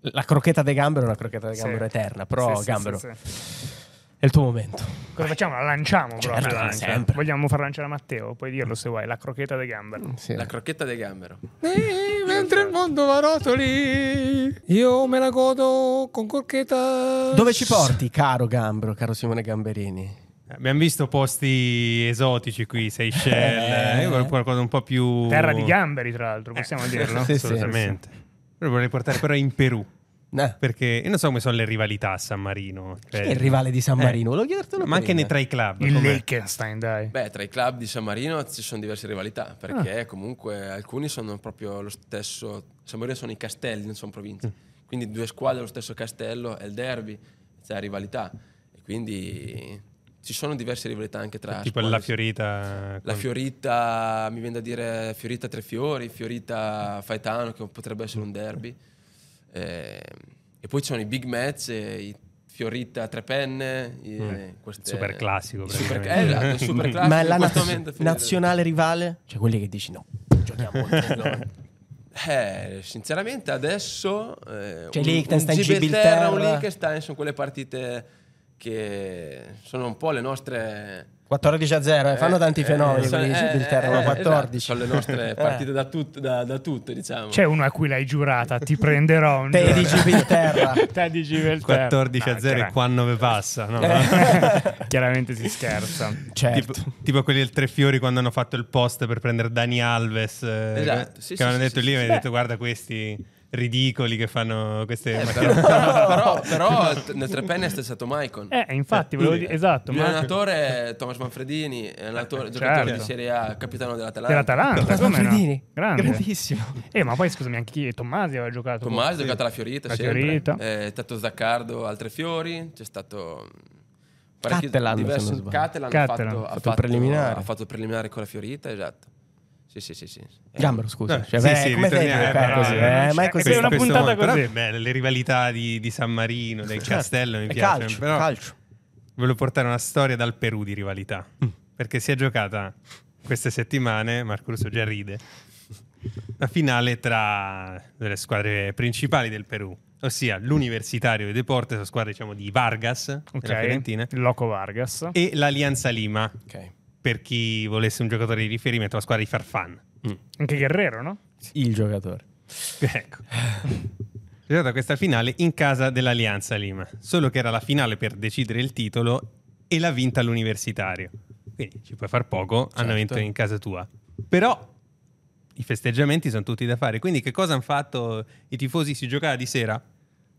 Speaker 3: la crocchetta de gambero è una crocchetta de
Speaker 2: Sì.
Speaker 3: gambero eterna. Però,
Speaker 2: Sì, sì,
Speaker 3: gambero,
Speaker 2: sì, sì.
Speaker 3: è il tuo momento.
Speaker 2: Cosa facciamo? La lanciamo
Speaker 3: Certo,
Speaker 2: proprio.
Speaker 3: come
Speaker 2: la lanciamo.
Speaker 3: sempre.
Speaker 2: Vogliamo far lanciare a Matteo? Puoi dirlo se vuoi, la crocheta dei gambero.
Speaker 3: Sì.
Speaker 4: La crocchetta del gambero.
Speaker 5: mentre il mondo va a rotoli, io me la godo con corchetta.
Speaker 3: Dove ci porti, caro gambero, caro Simone Gamberini?
Speaker 1: Abbiamo visto posti esotici qui, Seychelles,
Speaker 3: Eh.
Speaker 1: eh, qual- qualcosa un po' più... Eh,
Speaker 2: Terra di gamberi, tra l'altro, possiamo dirlo.
Speaker 3: Sì, sì.
Speaker 1: Assolutamente. Però vorrei portare però in Perù,
Speaker 3: Eh,
Speaker 1: perché io non so come sono le rivalità a San Marino.
Speaker 3: chi
Speaker 1: cioè-
Speaker 3: è il rivale di San
Speaker 1: Eh.
Speaker 3: Marino? Volevo chiedertelo
Speaker 1: Ma anche
Speaker 3: prima.
Speaker 1: nei tra i club.
Speaker 2: Il
Speaker 1: com'è?
Speaker 2: Liechtenstein, dai.
Speaker 4: Beh, tra i club di San Marino ci sono diverse rivalità, perché
Speaker 1: Ah.
Speaker 4: comunque alcuni sono proprio lo stesso. San Marino sono i castelli, non sono province.
Speaker 1: Mm.
Speaker 4: Quindi due squadre dello stesso castello è il derby, c'è rivalità. E quindi ci sono diverse rivalità anche tra
Speaker 1: Tipo
Speaker 4: squadre.
Speaker 1: la Fiorita.
Speaker 4: La
Speaker 1: con-
Speaker 4: Fiorita, mi viene da dire Fiorita Tre Fiori, Fiorita Faetano, che potrebbe essere un derby. Eh, e poi ci sono i big match, eh, i Fiorita Tre Penne, i- queste-
Speaker 1: super classico,
Speaker 4: il super, eh,
Speaker 1: praticamente.
Speaker 4: esatto, il super classico.
Speaker 3: Ma è la
Speaker 4: in questo
Speaker 3: naz-
Speaker 4: momento finire-
Speaker 3: nazionale rivale? Cioè, quelli che dici no, giochiamo oltre noi.
Speaker 4: Eh, sinceramente adesso... Eh,
Speaker 3: Cioè, Liechtenstein,
Speaker 4: un
Speaker 3: Gibilterra.
Speaker 4: Liechtenstein sono quelle partite che sono un po' le nostre
Speaker 3: 14 a 0, eh, fanno tanti
Speaker 4: Eh,
Speaker 3: fenomeni
Speaker 4: eh,
Speaker 3: quelli
Speaker 4: eh,
Speaker 3: di Inghilterra,
Speaker 4: eh,
Speaker 3: ma
Speaker 4: esatto,
Speaker 3: 14.
Speaker 4: sono le nostre
Speaker 3: Eh.
Speaker 4: partite da, tut- da- da tutte, diciamo.
Speaker 2: C'è uno a cui l'hai giurata, ti
Speaker 3: [laughs]
Speaker 2: prenderò un
Speaker 3: Te
Speaker 2: giorno.
Speaker 3: dici per terra.
Speaker 2: [laughs] Te dici per terra.
Speaker 1: 14 a 0 e
Speaker 2: No, Certo. chiaramente-
Speaker 1: qua 9 passa. No?
Speaker 2: Chiaramente [laughs] si scherza.
Speaker 3: Certo.
Speaker 1: Tipo, tipo quelli del Tre Fiori quando hanno fatto il post per prendere Dani Alves. eh,
Speaker 4: Esatto, sì,
Speaker 1: che
Speaker 4: sì,
Speaker 1: avevano
Speaker 4: sì,
Speaker 1: detto
Speaker 4: sì,
Speaker 1: lì,
Speaker 4: sì,
Speaker 1: mi
Speaker 4: sì.
Speaker 1: avete detto guarda questi ridicoli che fanno queste
Speaker 4: Eh,
Speaker 1: macchine.
Speaker 4: [laughs] però,
Speaker 1: [laughs]
Speaker 2: [laughs]
Speaker 4: però, però t- nel Trepennest è stato Maicon.
Speaker 2: Eh, infatti, volevo dire, esatto,
Speaker 4: Il
Speaker 2: ma
Speaker 4: allenatore è Thomas Manfredini, è allenatore, giocatore
Speaker 2: certo.
Speaker 4: di Serie A, capitano dell'Atalanta.
Speaker 2: dell'Atalanta, come no?
Speaker 3: Manfredini,
Speaker 2: Grande.
Speaker 3: grandissimo.
Speaker 2: Eh, ma poi scusami, anche chi Tommasi aveva giocato.
Speaker 4: Tommaso ha
Speaker 2: Sì.
Speaker 4: giocato alla Fiorita,
Speaker 2: La
Speaker 4: sempre.
Speaker 2: Fiorita.
Speaker 4: Eh, È stato Zaccardo al Trefiori, c'è stato mm, parecchi-
Speaker 3: Catalan, se non
Speaker 4: diversi
Speaker 3: sbaglio.
Speaker 4: Catalan,
Speaker 2: Catalan.
Speaker 4: ha fatto, ha
Speaker 3: Fatto il
Speaker 4: fatto-
Speaker 3: preliminare.
Speaker 4: ha fatto il preliminare con la Fiorita, esatto. Sì, sì, sì, sì. Eh,
Speaker 3: Gambero, scusa.
Speaker 1: Eh,
Speaker 3: Cioè,
Speaker 1: sì,
Speaker 3: beh,
Speaker 1: sì,
Speaker 3: come fai a
Speaker 1: ritorniamo,
Speaker 3: giocare
Speaker 1: eh,
Speaker 3: così?
Speaker 1: però,
Speaker 3: Eh,
Speaker 1: eh,
Speaker 3: ma è
Speaker 2: cioè,
Speaker 3: così.
Speaker 2: è una
Speaker 1: Questo
Speaker 2: puntata
Speaker 1: mondo. Però
Speaker 2: così.
Speaker 1: è bello, le rivalità di, di San Marino, del Castello, mi
Speaker 3: È
Speaker 1: piacciono.
Speaker 3: calcio,
Speaker 1: però
Speaker 3: calcio.
Speaker 1: volevo portare una storia dal Perù di rivalità. Perché si è giocata queste settimane, Marco Russo già ride, la finale tra le squadre principali del Perù. Ossia l'Universitario de Deportes, la squadra diciamo di Vargas, della Fiorentina,
Speaker 2: Ok, il Loco Vargas.
Speaker 1: e l'Alianza Lima,
Speaker 3: Ok.
Speaker 1: per chi volesse un giocatore di riferimento, la squadra di Farfan.
Speaker 2: Anche Guerrero, no?
Speaker 3: Il giocatore.
Speaker 1: [laughs] Ecco. È stata questa finale in casa dell'Alianza Lima, solo che era la finale per decidere il titolo e l'ha vinta l'universitario. Quindi ci puoi far poco,
Speaker 2: Certo.
Speaker 1: hanno vinto in casa tua. Però i festeggiamenti sono tutti da fare, quindi che cosa hanno fatto i tifosi? Si giocava di sera?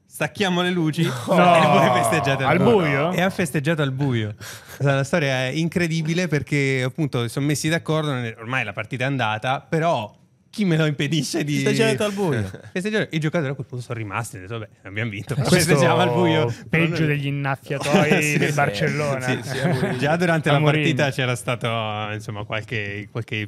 Speaker 1: Stacchiamo le luci [laughs] e poi festeggiate
Speaker 2: al buio?
Speaker 1: E hanno festeggiato al buio. È stata una storia incredibile perché appunto si sono messi d'accordo, ormai la partita è andata, però chi me lo impedisce di...
Speaker 3: Festeggiate al buio.
Speaker 1: Festeggiare. I giocatori a quel punto sono rimasti, hanno detto, vabbè, abbiamo vinto. Però
Speaker 2: Questo
Speaker 1: festeggiamo al buio.
Speaker 2: peggio
Speaker 1: Però-
Speaker 2: degli innaffiatoi
Speaker 1: [laughs] Sì,
Speaker 2: del
Speaker 1: sì.
Speaker 2: Barcellona.
Speaker 4: Sì, sì, a Mourinho.
Speaker 1: Già durante
Speaker 2: A
Speaker 1: la
Speaker 2: Mourinho.
Speaker 1: partita c'era stato insomma, qualche, qualche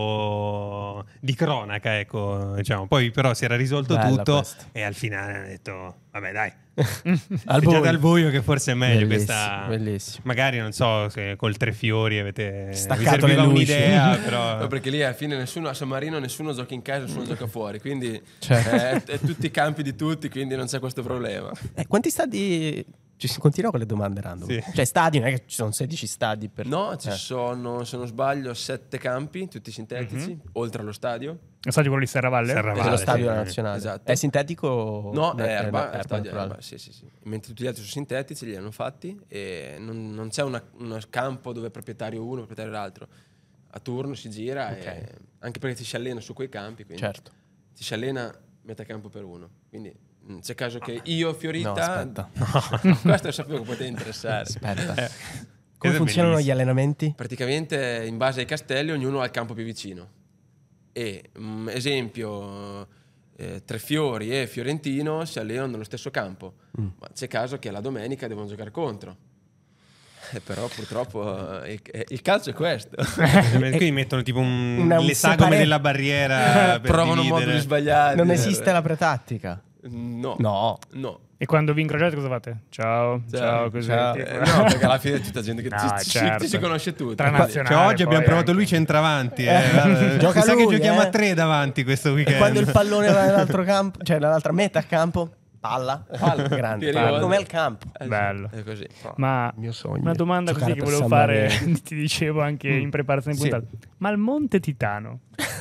Speaker 1: episodio di cronaca, ecco, diciamo. Poi però si era risolto
Speaker 3: Bella
Speaker 1: tutto
Speaker 3: questa.
Speaker 1: e al finale hanno detto, vabbè dai,
Speaker 3: Al
Speaker 1: festeggiate
Speaker 3: buio.
Speaker 1: al buio che forse è meglio
Speaker 3: Bellissimo,
Speaker 1: questa...
Speaker 3: bellissimo.
Speaker 1: Magari non so se col tre fiori avete...
Speaker 3: Staccato
Speaker 1: vi serviva
Speaker 3: le luci. [laughs]
Speaker 1: un'idea,
Speaker 4: No,
Speaker 1: però... Eh.
Speaker 4: perché lì alla fine nessuno a San Marino nessuno gioca in casa, nessuno gioca fuori, quindi
Speaker 3: Mm. Certo.
Speaker 4: eh, è, è tutti i campi di tutti, quindi non c'è questo problema.
Speaker 3: Eh, quanti stadi... Ci si continua con le domande random.
Speaker 1: Sì.
Speaker 3: Cioè, stadi, non è che ci sono 16 stadi per...
Speaker 4: No, ci
Speaker 3: Eh.
Speaker 4: sono, se non sbaglio, sette campi, tutti sintetici,
Speaker 3: Mhm.
Speaker 4: oltre allo stadio.
Speaker 2: Lo sai di quello di Serravalle?
Speaker 1: Serravalle.
Speaker 3: È lo
Speaker 1: Vale,
Speaker 3: stadio
Speaker 1: sì,
Speaker 3: nazionale.
Speaker 4: esatto.
Speaker 3: È sintetico?
Speaker 4: No,
Speaker 3: Oh, Beh,
Speaker 4: è erba,
Speaker 3: no,
Speaker 4: è stadio
Speaker 3: naturale.
Speaker 4: erba, sì, sì, sì. Mentre tutti gli altri sono sintetici, li hanno fatti e non, non c'è una- un campo dove è proprietario uno, proprietario l'altro. A turno si gira, e- anche perché ci si allena su quei campi, quindi
Speaker 3: Certo.
Speaker 4: ci si allena metà campo per uno. Quindi mm, c'è caso che io,
Speaker 3: No,
Speaker 4: Fiorita, [laughs]
Speaker 3: aspetta.
Speaker 4: questo lo sapevo che poteva interessare.
Speaker 3: Aspetta.
Speaker 1: Ed
Speaker 3: Come
Speaker 1: è
Speaker 3: funzionano
Speaker 1: bellissimo.
Speaker 3: gli allenamenti?
Speaker 4: Praticamente in base ai castelli ognuno ha il campo più vicino. E mm, esempio, eh, Trefiori e Fiorentino si allenano nello stesso campo,
Speaker 3: Mm.
Speaker 4: ma c'è caso che la domenica devono giocare contro. Eh, però purtroppo eh, il, il calcio è questo.
Speaker 1: Quindi Cioè, mettono tipo un-
Speaker 3: Eh, Una- un
Speaker 1: le sagome
Speaker 3: separe-
Speaker 1: della
Speaker 3: [laughs]
Speaker 1: barriera per
Speaker 4: [laughs] Provano moduli
Speaker 1: dividere.
Speaker 4: sbagliati.
Speaker 3: Non esiste la pretattica.
Speaker 4: No.
Speaker 3: No.
Speaker 4: No.
Speaker 2: E quando vi incrociate cosa fate? Ciao, ciao,
Speaker 4: Ciao.
Speaker 2: così.
Speaker 3: Ciao.
Speaker 2: tipo.
Speaker 4: Eh, Cioè, no,
Speaker 2: [laughs]
Speaker 4: perché alla fine è tutta gente che
Speaker 2: No,
Speaker 4: ci, ci-
Speaker 2: certo.
Speaker 4: ci si conosce tutti.
Speaker 2: Tra
Speaker 4: Quindi-
Speaker 2: nazionali.
Speaker 1: Cioè, oggi
Speaker 2: poi
Speaker 1: abbiamo provato
Speaker 2: anche.
Speaker 1: lui centravanti. Eh.
Speaker 3: Eh,
Speaker 1: Vabbè,
Speaker 3: [laughs] gioca
Speaker 1: Mi sa che
Speaker 3: lui,
Speaker 1: giochiamo
Speaker 3: eh.
Speaker 1: a tre davanti questo weekend.
Speaker 3: Quando il
Speaker 1: [laughs]
Speaker 3: pallone va nell'altro campo, cioè nell'altra metà campo, palla,
Speaker 4: Palla,
Speaker 3: grande,
Speaker 4: tiri
Speaker 3: palla.
Speaker 4: gol.
Speaker 3: come al campo.
Speaker 4: Eh sì,
Speaker 2: Bello.
Speaker 4: È così.
Speaker 2: Ma
Speaker 3: mio sogno.
Speaker 2: una domanda
Speaker 3: Giocare
Speaker 2: così che
Speaker 3: per
Speaker 2: volevo
Speaker 3: San
Speaker 2: fare,
Speaker 3: [laughs]
Speaker 2: [laughs]
Speaker 3: Marino.
Speaker 2: ti dicevo anche in preparazione di
Speaker 3: Sì.
Speaker 2: puntata. Ma il Monte
Speaker 3: [laughs]
Speaker 2: Titano,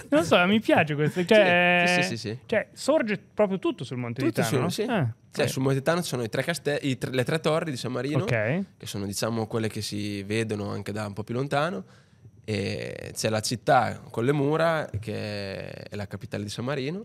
Speaker 2: non so, mi piace questo. Cioè,
Speaker 4: Sì, sì, sì, sì.
Speaker 2: cioè, sorge proprio tutto sul Monte
Speaker 4: Tutti
Speaker 2: Titano. no?
Speaker 4: su- sì.
Speaker 2: Ah,
Speaker 4: Cioè,
Speaker 2: ok.
Speaker 4: sul Monte Titano ci sono i tre caste- i tre- le tre torri di San Marino,
Speaker 2: ok.
Speaker 4: che sono diciamo quelle che si vedono anche da un po' più lontano. E c'è la città con le mura, che è la capitale di San Marino,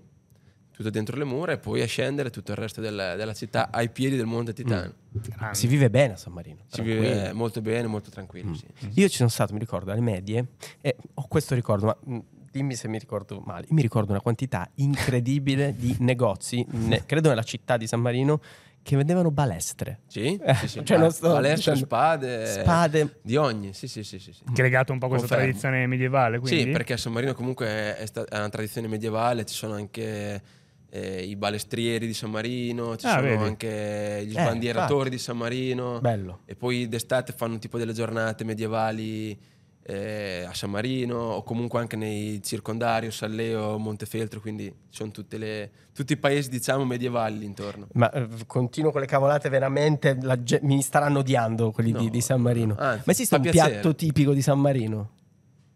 Speaker 4: tutto dentro le mura, e poi a scendere tutto il resto del- della città ai piedi del Monte Titano.
Speaker 2: Grande.
Speaker 3: Si vive bene a San Marino.
Speaker 4: Si
Speaker 3: tranquillo.
Speaker 4: vive molto bene, molto
Speaker 2: Mm.
Speaker 4: tranquillo. sì.
Speaker 3: Io ci sono stato, mi ricordo, alle medie e ho questo ricordo, ma mh, dimmi se mi ricordo male. Io mi ricordo una quantità incredibile
Speaker 4: [laughs]
Speaker 3: di negozi, ne- credo nella città di San Marino, che vendevano balestre.
Speaker 4: Sì? sì, sì.
Speaker 3: Cioè, non sto
Speaker 4: Palestra,
Speaker 3: dicendo-
Speaker 4: spade,
Speaker 3: Spade.
Speaker 4: di ogni, sì, sì, sì, sì, sì.
Speaker 2: Che è legato un po' a questa
Speaker 4: Confermo.
Speaker 2: tradizione medievale, quindi?
Speaker 4: Sì, perché San Marino comunque è, è sta- è una tradizione medievale, ci sono anche eh, i balestrieri di San Marino, ci
Speaker 2: Ah,
Speaker 4: sono
Speaker 2: vedi.
Speaker 4: anche gli
Speaker 3: Eh,
Speaker 4: sbandieratori
Speaker 3: infatti.
Speaker 4: Ah. di San Marino
Speaker 3: Bello.
Speaker 4: e poi d'estate fanno tipo delle giornate medievali eh, eh, a San Marino o comunque anche nei circondari, Salleo, Montefeltro, quindi ci sono tutte le- tutti i paesi diciamo medievali intorno.
Speaker 3: Ma eh, continuo con le cavolate, veramente la ge- mi staranno odiando quelli di,
Speaker 4: No,
Speaker 3: di San Marino.
Speaker 4: anzi,
Speaker 3: Ma esiste
Speaker 4: fa
Speaker 3: un
Speaker 4: piacere.
Speaker 3: piatto tipico di San Marino?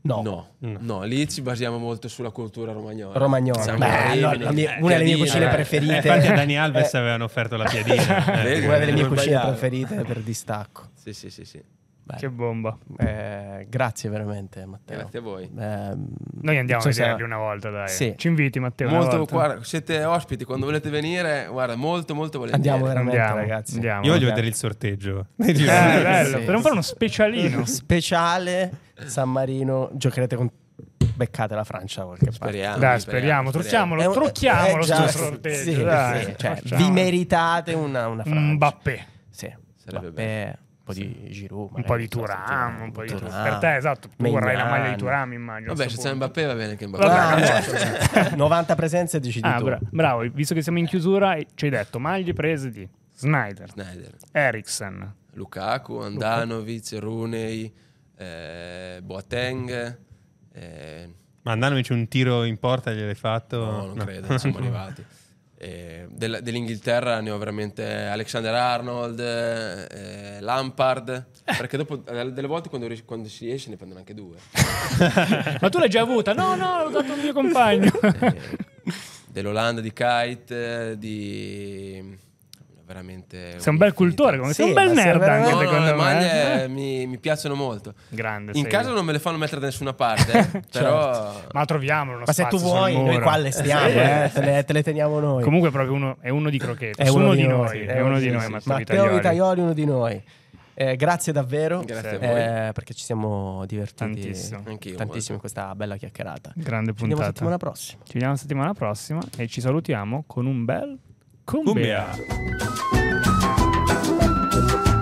Speaker 3: No.
Speaker 4: No,
Speaker 1: No.
Speaker 4: no, lì ci basiamo molto sulla cultura romagnola.
Speaker 3: Romagnola.
Speaker 4: San
Speaker 3: Beh,
Speaker 4: Marino,
Speaker 3: allora, la mia-
Speaker 4: eh,
Speaker 3: una delle mie
Speaker 4: Piadina,
Speaker 3: cucine
Speaker 4: eh.
Speaker 3: preferite.
Speaker 1: Eh, infatti a Dani Alves
Speaker 3: Eh.
Speaker 1: avevano offerto la piadina. eh.
Speaker 4: Vedi?
Speaker 3: Una delle mie
Speaker 4: Non
Speaker 3: cucine
Speaker 4: sbagliare.
Speaker 3: preferite
Speaker 4: [laughs]
Speaker 3: per distacco.
Speaker 4: Sì, sì, sì, sì.
Speaker 3: Bello.
Speaker 2: Che bomba.
Speaker 3: Eh, grazie veramente, Matteo.
Speaker 4: Grazie a voi.
Speaker 3: Ehm,
Speaker 2: Noi andiamo
Speaker 3: non
Speaker 2: a
Speaker 3: so se-
Speaker 2: vederli una volta, dai.
Speaker 3: Sì.
Speaker 2: Ci inviti, Matteo. una
Speaker 4: Molto,
Speaker 2: volta.
Speaker 4: guarda, siete ospiti quando volete venire, guarda, molto, molto volentieri.
Speaker 3: Andiamo veramente,
Speaker 2: Andiamo,
Speaker 3: ragazzi.
Speaker 2: andiamo.
Speaker 1: Io voglio
Speaker 3: Vabbè.
Speaker 1: vedere il sorteggio. [laughs]
Speaker 2: Eh, bello.
Speaker 3: Sì.
Speaker 2: Potremmo fare uno specialino.
Speaker 3: Speciale San Marino. Giocherete con. Beccate la Francia da qualche parte.
Speaker 4: Speriamo.
Speaker 2: Dai, speriamo, trucciamolo,
Speaker 3: È un-
Speaker 2: trucchiamolo
Speaker 3: eh,
Speaker 2: sto
Speaker 3: già,
Speaker 2: sorteggio,
Speaker 3: sì,
Speaker 2: dai,
Speaker 3: sì, cioè,
Speaker 2: facciamo. Mm,
Speaker 3: vi meritate una, una Francia.
Speaker 2: Mbappé.
Speaker 3: Sì,
Speaker 4: Sarebbe
Speaker 3: Mbappé, un po' di Giroud,
Speaker 2: Un
Speaker 3: magari,
Speaker 2: po' di
Speaker 3: non so se
Speaker 2: Turam,
Speaker 3: ti-
Speaker 2: un po' di
Speaker 3: Thuram,
Speaker 2: Per te, esatto. Tu vorrai la
Speaker 3: Maignan.
Speaker 2: maglia di Turam, immagino. a
Speaker 4: Vabbè, se
Speaker 2: sto
Speaker 4: c'è
Speaker 2: punto.
Speaker 4: Mbappé va bene anche Mbappé.
Speaker 2: Vabbè,
Speaker 3: Ah,
Speaker 2: no,
Speaker 3: [laughs] certo. 90 presenze decidi
Speaker 2: Ah,
Speaker 3: tu.
Speaker 2: bra- bravo, visto che siamo in chiusura, eh, ci hai detto maglie prese di Snyder,
Speaker 4: Snyder,
Speaker 2: Eriksen,
Speaker 4: Lukaku, Andanovic, Runei, eh, Boateng. eh,
Speaker 1: Mandandomici un tiro in porta, gliel'hai fatto?
Speaker 4: no, non credo,
Speaker 1: [laughs]
Speaker 2: [laughs]
Speaker 4: non siamo arrivati. Eh, della- dell'Inghilterra ne ho veramente Alexander Arnold, eh, Lampard. Perché dopo, eh, delle volte quando, ri- quando si esce ne prendono anche due.
Speaker 2: Ma tu l'hai già avuta? No, no, l'ho dato al mio compagno.
Speaker 4: [laughs] Eh, dell'Olanda di Kite, eh, di veramente
Speaker 2: sei un bel cultore, come
Speaker 3: Sì,
Speaker 2: sei un bel
Speaker 3: ma sei
Speaker 2: nerd
Speaker 3: veramente-
Speaker 2: anche
Speaker 4: No, no,
Speaker 2: secondo
Speaker 4: le
Speaker 2: me.
Speaker 4: maglie
Speaker 2: eh.
Speaker 4: [laughs] mi, mi piacciono molto.
Speaker 2: Grande.
Speaker 4: In
Speaker 2: sei. Certo.
Speaker 4: casa non me le fanno mettere da nessuna parte,
Speaker 2: [laughs]
Speaker 4: eh, però
Speaker 2: Ma troviamolo uno
Speaker 3: Ma se
Speaker 2: spazio
Speaker 3: tu
Speaker 2: sul
Speaker 3: vuoi, noi
Speaker 2: muro.
Speaker 3: qua le stiamo,
Speaker 2: Sì.
Speaker 3: eh, te, le, te le teniamo noi.
Speaker 2: Comunque è proprio uno, è uno di crocchette,
Speaker 3: è
Speaker 2: uno, di
Speaker 3: sì,
Speaker 2: noi, è uno di noi,
Speaker 3: sì.
Speaker 2: Matteo
Speaker 3: Matteo
Speaker 2: Vitaioli.
Speaker 3: Vitaioli, uno di noi. Eh, grazie davvero
Speaker 4: Grazie
Speaker 2: a
Speaker 3: eh, perché ci siamo divertiti
Speaker 2: Tantissimo.
Speaker 4: Anch'io, molto.
Speaker 3: tantissimo in questa bella chiacchierata. Ci
Speaker 2: Grande
Speaker 3: vediamo
Speaker 2: puntata.
Speaker 3: settimana prossima.
Speaker 2: Ci vediamo settimana prossima e ci salutiamo con un bel
Speaker 1: Cumbia.
Speaker 2: cumbia.
Speaker 1: Cumbia.